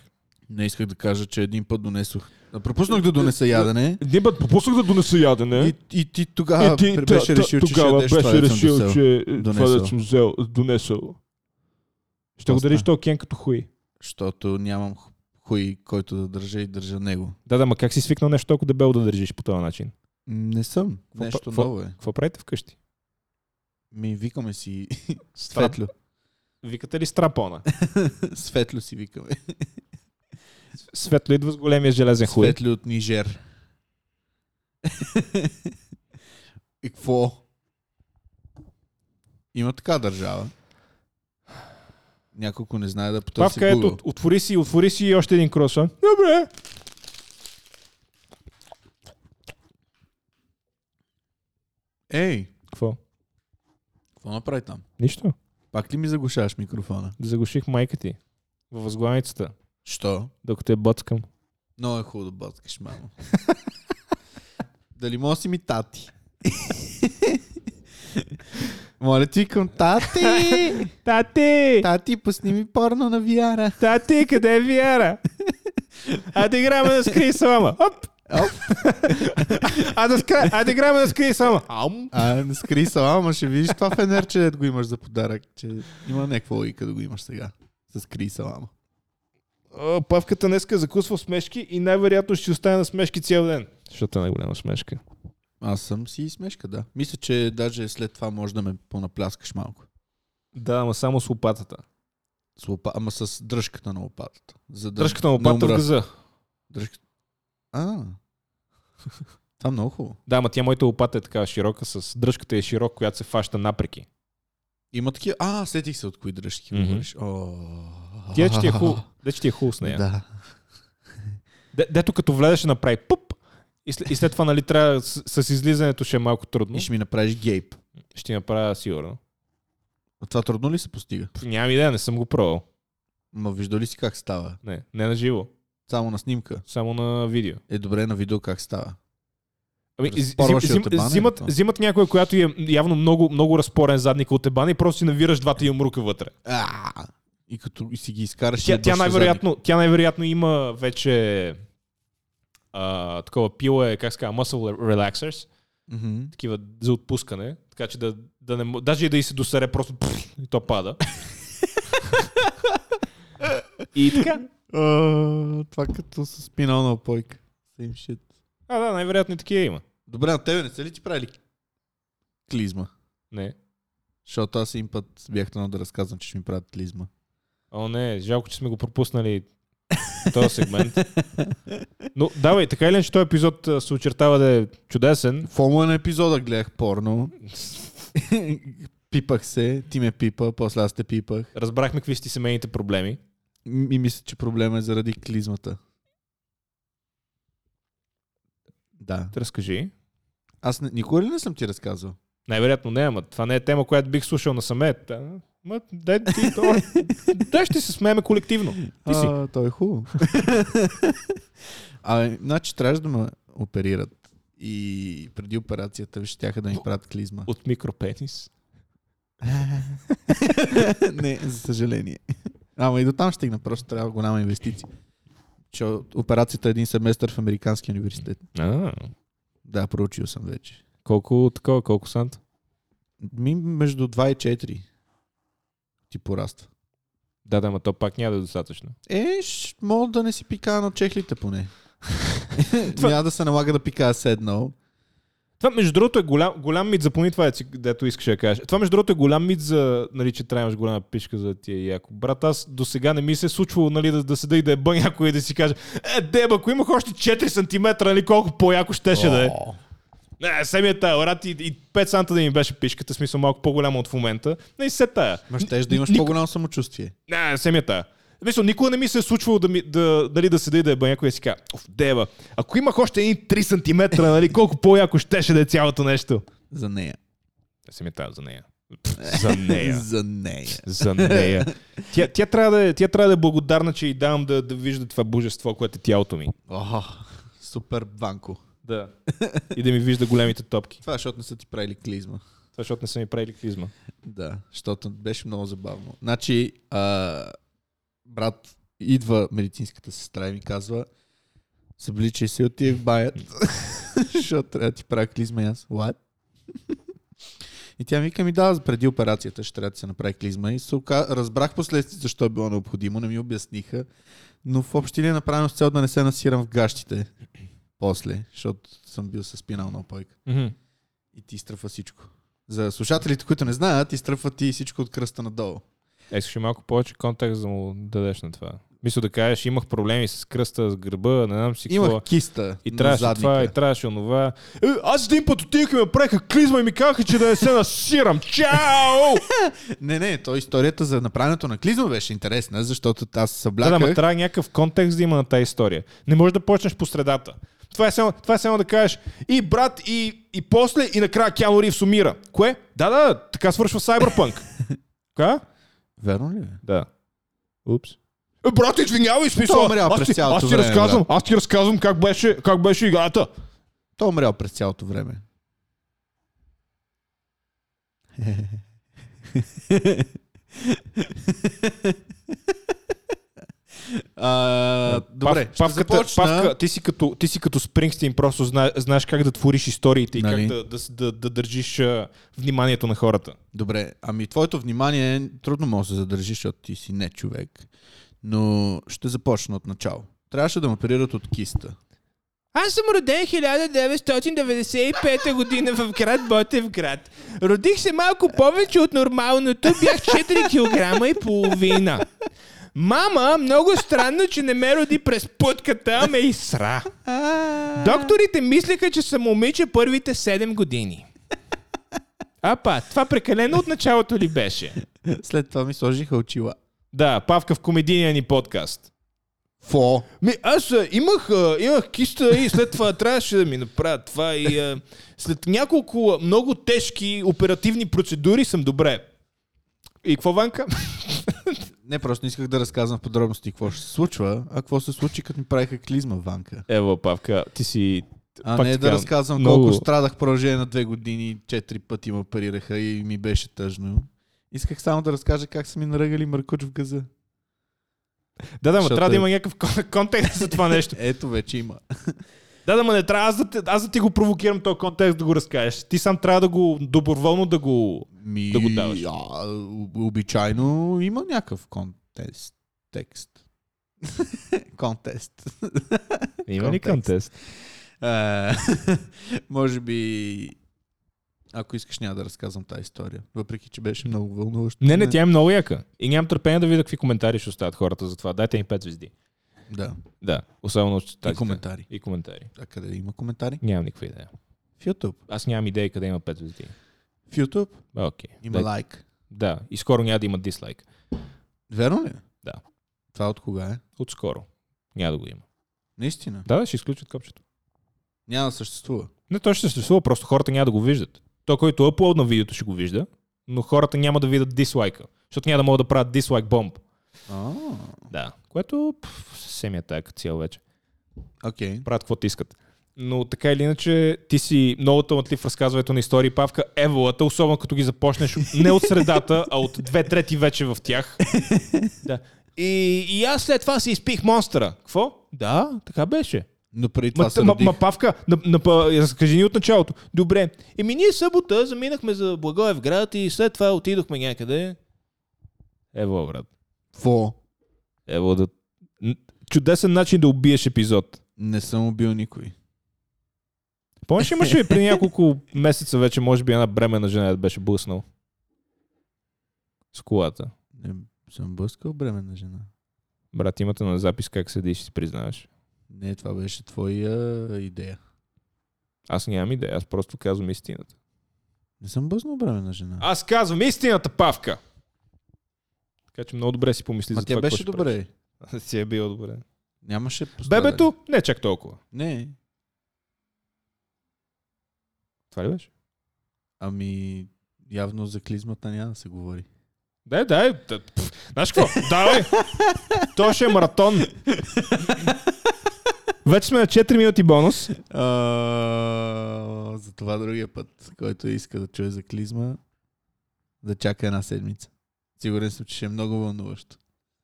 Speaker 1: Не исках да кажа, че един път донесох. Пропуснах да донеса ядене.
Speaker 2: Един път попуснах да донеса ядене.
Speaker 1: И, и ти тогава беше решил, че ще ядеш това, дето съм досел.
Speaker 2: че е,
Speaker 1: Донесъл. дето
Speaker 2: съм взел, донесъл. Ще го
Speaker 1: Остана.
Speaker 2: дариш то кен като хуй.
Speaker 1: защото нямам ху- хуй, който да държа и държа него.
Speaker 2: Да, да, ма как си свикнал нещо толкова дебело да държиш по този начин?
Speaker 1: Не съм.
Speaker 2: Какво
Speaker 1: Нещо
Speaker 2: па- какво-
Speaker 1: ново е.
Speaker 2: Какво правите вкъщи?
Speaker 1: Ми викаме
Speaker 2: *laughs*
Speaker 1: си
Speaker 2: Страп-
Speaker 1: Светлю.
Speaker 2: Викате ли страпона?
Speaker 1: *laughs* Светлю си викаме.
Speaker 2: *laughs* Светло идва с големия железен Е, хуй.
Speaker 1: Светлю от Нижер. *laughs* и какво? Има така държава. няколко не знае да потърси
Speaker 2: Павка, ето,
Speaker 1: Google.
Speaker 2: от- отвори си, отвори си още един кроса. Добре.
Speaker 1: Ей,
Speaker 2: Какво?
Speaker 1: какво направи там?
Speaker 2: Нищо.
Speaker 1: Пак ли ми заглушаваш микрофона?
Speaker 2: Заглуших майка ти. Във възглавницата.
Speaker 1: Що?
Speaker 2: Докато я боцкам.
Speaker 1: Много е хубаво да бъдкаш, мамо. Дали може да си ми тати? Моля ти към тати!
Speaker 2: Тати!
Speaker 1: Тати, пусни ми порно на вяра.
Speaker 2: Тати, къде е Виера? А да играме на скри слама. Оп!
Speaker 1: Оп.
Speaker 2: А да, скра... а да играме на скри слама. Ам!
Speaker 1: А, не скри сала, ама ще видиш това фенерче, дето го имаш за подарък. Че има някаква логика да го имаш сега. С кри салама.
Speaker 2: О, Павката днеска закусва смешки и най-вероятно ще остане на смешки цял ден. Защото е най-голяма смешка.
Speaker 1: Аз съм си смешка, да. Мисля, че даже след това може да ме понапляскаш малко.
Speaker 2: Да, ама само с лопатата.
Speaker 1: С лопа... Ама с дръжката на лопатата. За да
Speaker 2: Дръжката на
Speaker 1: не
Speaker 2: лопата в
Speaker 1: умра.
Speaker 2: газа.
Speaker 1: Дръжката. А. Това е много хубаво.
Speaker 2: Да, ама тя моята лопата е така широка, с дръжката е широка, която се фаща напреки.
Speaker 1: Има такива. А, сетих се от кои дръжки
Speaker 2: Мгм.
Speaker 1: говориш. О.
Speaker 2: Тя че ти е хубаво. Да, че ти е хубаво с нея.
Speaker 1: Да.
Speaker 2: Де- Дето като влезеш ще направи пъп. И след, и след това, нали, трябва с, с излизането ще е малко трудно.
Speaker 1: И ще ми направиш гейп.
Speaker 2: Ще направя сигурно.
Speaker 1: А това трудно ли се постига?
Speaker 2: Пф, Нямам идея, не съм го пробвал.
Speaker 1: Ма вижда ли си как става?
Speaker 2: Не, не на живо,
Speaker 1: Само на снимка.
Speaker 2: само на видео.
Speaker 1: Е добре на видео как става.
Speaker 2: Ами,
Speaker 1: Разпорваш
Speaker 2: зим,
Speaker 1: ли
Speaker 2: зим,
Speaker 1: от ебана или
Speaker 2: взимат,
Speaker 1: какво?
Speaker 2: взимат някоя, която е явно много, много разпорен задник от ебана и просто си навираш двата юмрука вътре.
Speaker 1: А, и като и си ги изкараш. и
Speaker 2: Тя, тя,
Speaker 1: обръщаш
Speaker 2: най-вероятно, тя най-вероятно има вече а, такова пила е, как се казва, muscle relaxers,
Speaker 1: задник. Мгм.
Speaker 2: такива за отпускане, така че да, да не, мо- даже и да и се досере просто пф, и то
Speaker 1: *laughs*
Speaker 2: пада. и така.
Speaker 1: А, това като с пинал на опойка. Same shit.
Speaker 2: А, да, най-вероятно и такива има.
Speaker 1: Добре, на тебе не са ли ти правили клизма?
Speaker 2: Не.
Speaker 1: Защото аз един път бях тръгнал да разказвам, че ще ми правят клизма.
Speaker 2: О, не, жалко, че сме го пропуснали този сегмент. Но давай, така или иначе, този епизод а, се очертава да е чудесен.
Speaker 1: В омлен е епизода гледах порно. *laughs* пипах се, ти ме пипа, после аз те пипах.
Speaker 2: Разбрахме какви са ти семейните проблеми.
Speaker 1: М- И мисля, че проблема е заради клизмата. Да.
Speaker 2: Та Разкажи.
Speaker 1: Аз не, никога ли не съм ти разказвал?
Speaker 2: Най-вероятно не, ама това не е тема, която бих слушал насаме. Та, Ма, дай, ти, то... дай ще се смееме колективно. Ти си.
Speaker 1: А, той е хубаво. *laughs* а, значи трябваше да ме оперират. И преди операцията ще тяха да ми правят клизма.
Speaker 2: От микропенис.
Speaker 1: *laughs* не, за съжаление. Ама и до там ще стигна, просто трябва голяма инвестиция. Че операцията е един семестър в Американския университет.
Speaker 2: А,
Speaker 1: Да, проучил съм вече.
Speaker 2: колко такова, колко сант?
Speaker 1: Ми между 2 и 4 ти пораства.
Speaker 2: Да, да, ма то пак няма да е достатъчно.
Speaker 1: Е, ш- мога да не си пикая на чехлите
Speaker 2: *laughs*
Speaker 1: поне. Няма да се налага да пикая седнал.
Speaker 2: Това, между другото, е голям, голям мит, запомни това, е, ци- дето искаш да кажеш. Това, между другото, е голям мит за, нали, че трябва да имаш голяма пишка за тия яко. Брат, аз до сега не ми се е случвало, нали, да, да седа и да е бън някой и да си каже, е, деба, ако имах още 4 см, нали, колко по-яко щеше да е.
Speaker 1: О,
Speaker 2: Не, се ми е тая, брат, и, и 5 санта да ми беше пишката, в смисъл малко по-голяма от в момента. Не, и се тая.
Speaker 1: Ма щеш да имаш
Speaker 2: Ник-
Speaker 1: по-голямо самочувствие.
Speaker 2: Не, не се ми е тая. В Смисъл, никога не ми се е случвало да, ми, да, дали да седа и да е бън някой и да си кажа, оф, деба, ако имах още един 3 см, нали, колко по-яко щеше да е цялото нещо.
Speaker 1: За нея.
Speaker 2: Не се ми тази за нея. За нея.
Speaker 1: За нея.
Speaker 2: За нея. Тя, тя, трябва да, е- тя трябва да е благодарна, че й давам да, да вижда това божество, което е тялото ми.
Speaker 1: О, супер банко.
Speaker 2: Да. *laughs* И да ми вижда големите топки.
Speaker 1: Това е, защото не са ти правили клизма.
Speaker 2: Това защото не са ми правили клизма.
Speaker 1: Да, защото беше много забавно. Значи, а, брат, идва медицинската сестра и ми казва, събличай се и отиде в баят, *laughs* защото трябва да ти правя клизма и аз. What? *laughs* И тя ми вика ми да, преди операцията ще трябва да се направи клизма. И се ока... разбрах последствие защо е било необходимо, не ми обясниха. Но в общи ли е направено с цел да не се насирам в гащите. После, защото съм бил с спинална опойка. И ти изтръфва всичко. За слушателите, които не знаят, изтръфва ти всичко от кръста надолу.
Speaker 2: Искаш малко повече контекст да му дадеш на това. Мисля да кажеш, имах проблеми с кръста, с гърба, не знам си какво.
Speaker 1: Имах киста
Speaker 2: И
Speaker 1: на
Speaker 2: трябваше
Speaker 1: задника.
Speaker 2: това, и трябваше онова. Е, аз един път отидох и ме правиха клизма и ми казаха, че да не се насирам. Чао!
Speaker 1: Не, не, то историята за направенето на клизма беше интересна, защото аз се
Speaker 2: Да, да, ма
Speaker 1: събляках.
Speaker 2: трябва някакъв контекст да има на тази история. Не можеш да почнеш по средата. Това е само, това е само да кажеш и брат, и, и после, и накрая Кяно Ривз умира. Кое? Да, да, така
Speaker 1: *laughs*
Speaker 2: свършва Cyberpunk. Ка?
Speaker 1: Верно ли? е? бе?
Speaker 2: Да. Упс. Е, брат, извинявай,
Speaker 1: Той
Speaker 2: смисъл.
Speaker 1: умрял
Speaker 2: Аз
Speaker 1: през
Speaker 2: ти,
Speaker 1: цялото
Speaker 2: аз ти
Speaker 1: време,
Speaker 2: разказвам, аз ти разказвам как беше, как беше играта.
Speaker 1: Той е умрял през цялото време. *laughs* а, добре,
Speaker 2: Пав,
Speaker 1: ще
Speaker 2: павката,
Speaker 1: започна.
Speaker 2: павка, ти си като, ти си като Спрингстин, просто зна, знаеш как да твориш историите
Speaker 1: Нали?
Speaker 2: и как да, да, с- да, да държиш а, вниманието на хората.
Speaker 1: Добре, ами твоето внимание трудно може да се задържи, защото ти си не човек. Но ще започна от начало. Трябваше да ме оперират от киста.
Speaker 3: Аз съм роден 1995 година в град Ботевград. Родих се малко повече от нормалното, бях 4 кг и половина. Мама, много странно, че не ме роди през путката, а ме изсра. Докторите мислеха, че съм момиче първите 7 години. Апа, това прекалено от началото ли беше?
Speaker 1: *laughs* След това ми сложиха очила.
Speaker 2: Да, Павка в комедийния ни подкаст.
Speaker 1: Фо!
Speaker 2: Ми, аз а, имах, а, имах киста и след това трябваше да ми направят това и а, след няколко а, много тежки оперативни процедури съм добре. И какво, Ванка?
Speaker 1: Не, просто не исках да разказвам в подробности какво ще се случва, а какво се случи, като ми правиха клизма ванка.
Speaker 2: Ево, Павка, ти си...
Speaker 1: А
Speaker 2: пак
Speaker 1: не
Speaker 2: ти
Speaker 1: да
Speaker 2: казвам,
Speaker 1: разказвам много...
Speaker 2: много-
Speaker 1: колко страдах в продължение на две години, четири пъти ме парираха и ми беше тъжно. Исках само да разкажа как са ми наръгали мъркуч в газа.
Speaker 2: Да, да, ма
Speaker 1: Защото
Speaker 2: трябва да
Speaker 1: е-
Speaker 2: има някакъв кон- контекст за това нещо.
Speaker 1: Ето вече има.
Speaker 2: Да, да, ма не трябва аз да, те- аз да ти го провокирам този контекст да го разкажеш. Ти сам трябва да го доброволно да го...
Speaker 1: Ми,
Speaker 2: Да го даваш.
Speaker 1: А, у- обичайно има някакъв контест. Текст. *laughs* контест.
Speaker 2: Има
Speaker 1: ли контекст? А, Е, *laughs* може би... Ако искаш, няма да разказвам тази история. Въпреки, че беше много вълнуващо.
Speaker 2: Не, не, тя е много яка. И нямам търпение да видя какви коментари ще оставят хората за това. Дайте им 5 звезди.
Speaker 1: Да.
Speaker 2: Да, особено от
Speaker 1: И
Speaker 2: тази
Speaker 1: коментари.
Speaker 2: И коментари.
Speaker 1: А къде има коментари?
Speaker 2: Нямам никаква идея.
Speaker 1: В YouTube.
Speaker 2: Аз нямам идея къде има 5 звезди.
Speaker 1: В YouTube
Speaker 2: А, Окей.
Speaker 1: има
Speaker 2: Да,
Speaker 1: лайк.
Speaker 2: да, и скоро няма да има дислайк.
Speaker 1: Верно ли?
Speaker 2: Да.
Speaker 1: Това от кога е?
Speaker 2: Отскоро. Няма да го има.
Speaker 1: Наистина.
Speaker 2: Да, да, ще изключат копчето.
Speaker 1: Няма да съществува.
Speaker 2: Не, то ще съществува, просто хората няма да го виждат. То, който е upload на видеото, ще го вижда, но хората няма да видят дислайка, защото няма да могат да правят дислайк бомб.
Speaker 1: А,
Speaker 2: Да. Което пф, съвсем е така като цяло вече.
Speaker 1: окей.
Speaker 2: правят каквото искат. Но така или иначе, ти си много талантлив в разказването на истории, Павка. Еволата, особено като ги започнеш не от средата, а от две трети вече в тях. *laughs* Да. И, и аз след това си изпих монстъра. Какво? Да, така беше.
Speaker 1: Но преди това
Speaker 2: Ма,
Speaker 1: се
Speaker 2: ма,
Speaker 1: родих.
Speaker 2: ма, Павка, на, на, па- разкажи ни от началото. Добре. Еми ние събота заминахме за Благоев град и след това отидохме някъде. Ево, брат.
Speaker 1: Фо.
Speaker 2: Ево да... Н- Чудесен начин да убиеш епизод.
Speaker 1: Не съм убил никой.
Speaker 2: Помниш ли *laughs* имаше ли при няколко месеца вече, може би една бремена жена да беше блъснал? С колата.
Speaker 1: Не съм блъскал бременна жена.
Speaker 2: Брат, имате на запис как седиш и си признаеш.
Speaker 1: Не, това беше твоя идея.
Speaker 2: Аз нямам идея, аз просто казвам истината.
Speaker 1: Не съм бъзнал бременна жена.
Speaker 2: Аз казвам истината, Павка! Така че много добре си помисли
Speaker 1: Ма
Speaker 2: за
Speaker 1: тя
Speaker 2: това. какво
Speaker 1: беше
Speaker 2: ще
Speaker 1: добре.
Speaker 2: правиш. си е било добре.
Speaker 1: Нямаше пострадали.
Speaker 2: Бебето? Не чак толкова.
Speaker 1: Не.
Speaker 2: Това ли беше?
Speaker 1: Ами, явно за клизмата няма да се
Speaker 2: *laughs*
Speaker 1: говори.
Speaker 2: Дай, дай. да- пф, Знаеш какво? *laughs* Давай! То ще е маратон. Вече сме на 4 минути бонус.
Speaker 1: А, за това другия път, който иска да чуе за клизма, да чака една седмица. Сигурен съм, че ще е много вълнуващо.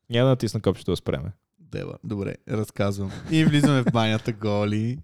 Speaker 2: Няма да натисна копчето да спреме.
Speaker 1: Дева. Добре, разказвам. И влизаме в банята голи.